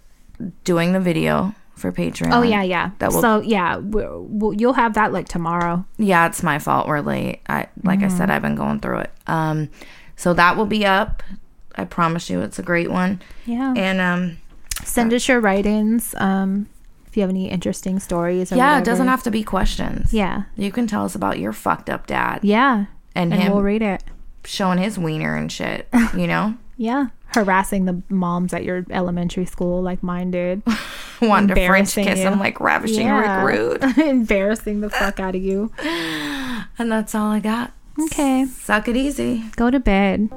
A: doing the video for Patreon.
B: Oh, yeah, yeah.
A: That will-
B: so, yeah, we we'll, you'll have that like tomorrow.
A: yeah, it's my fault. We're late. I like I
B: Mm-hmm.
A: said, I've been going through it. Um, so that will be up. I promise you, it's a great one.
B: Yeah.
A: And um,
B: Send us your write ins um, if you have any interesting stories. Or
A: yeah, it
B: whatever.
A: doesn't have to be questions.
B: Yeah.
A: you can tell us about your fucked up dad
B: Yeah.
A: and,
B: And
A: him
B: we'll read it.
A: showing his wiener and shit. You know,
B: Yeah. Harassing the moms at your elementary school like mine did.
A: wanting to French
B: Embarrassing
A: kiss
B: you.
A: him like ravishing Rick Rude.
B: Embarrassing the fuck out of you.
A: And that's all I got.
B: Okay.
A: Suck it easy.
B: Go to bed.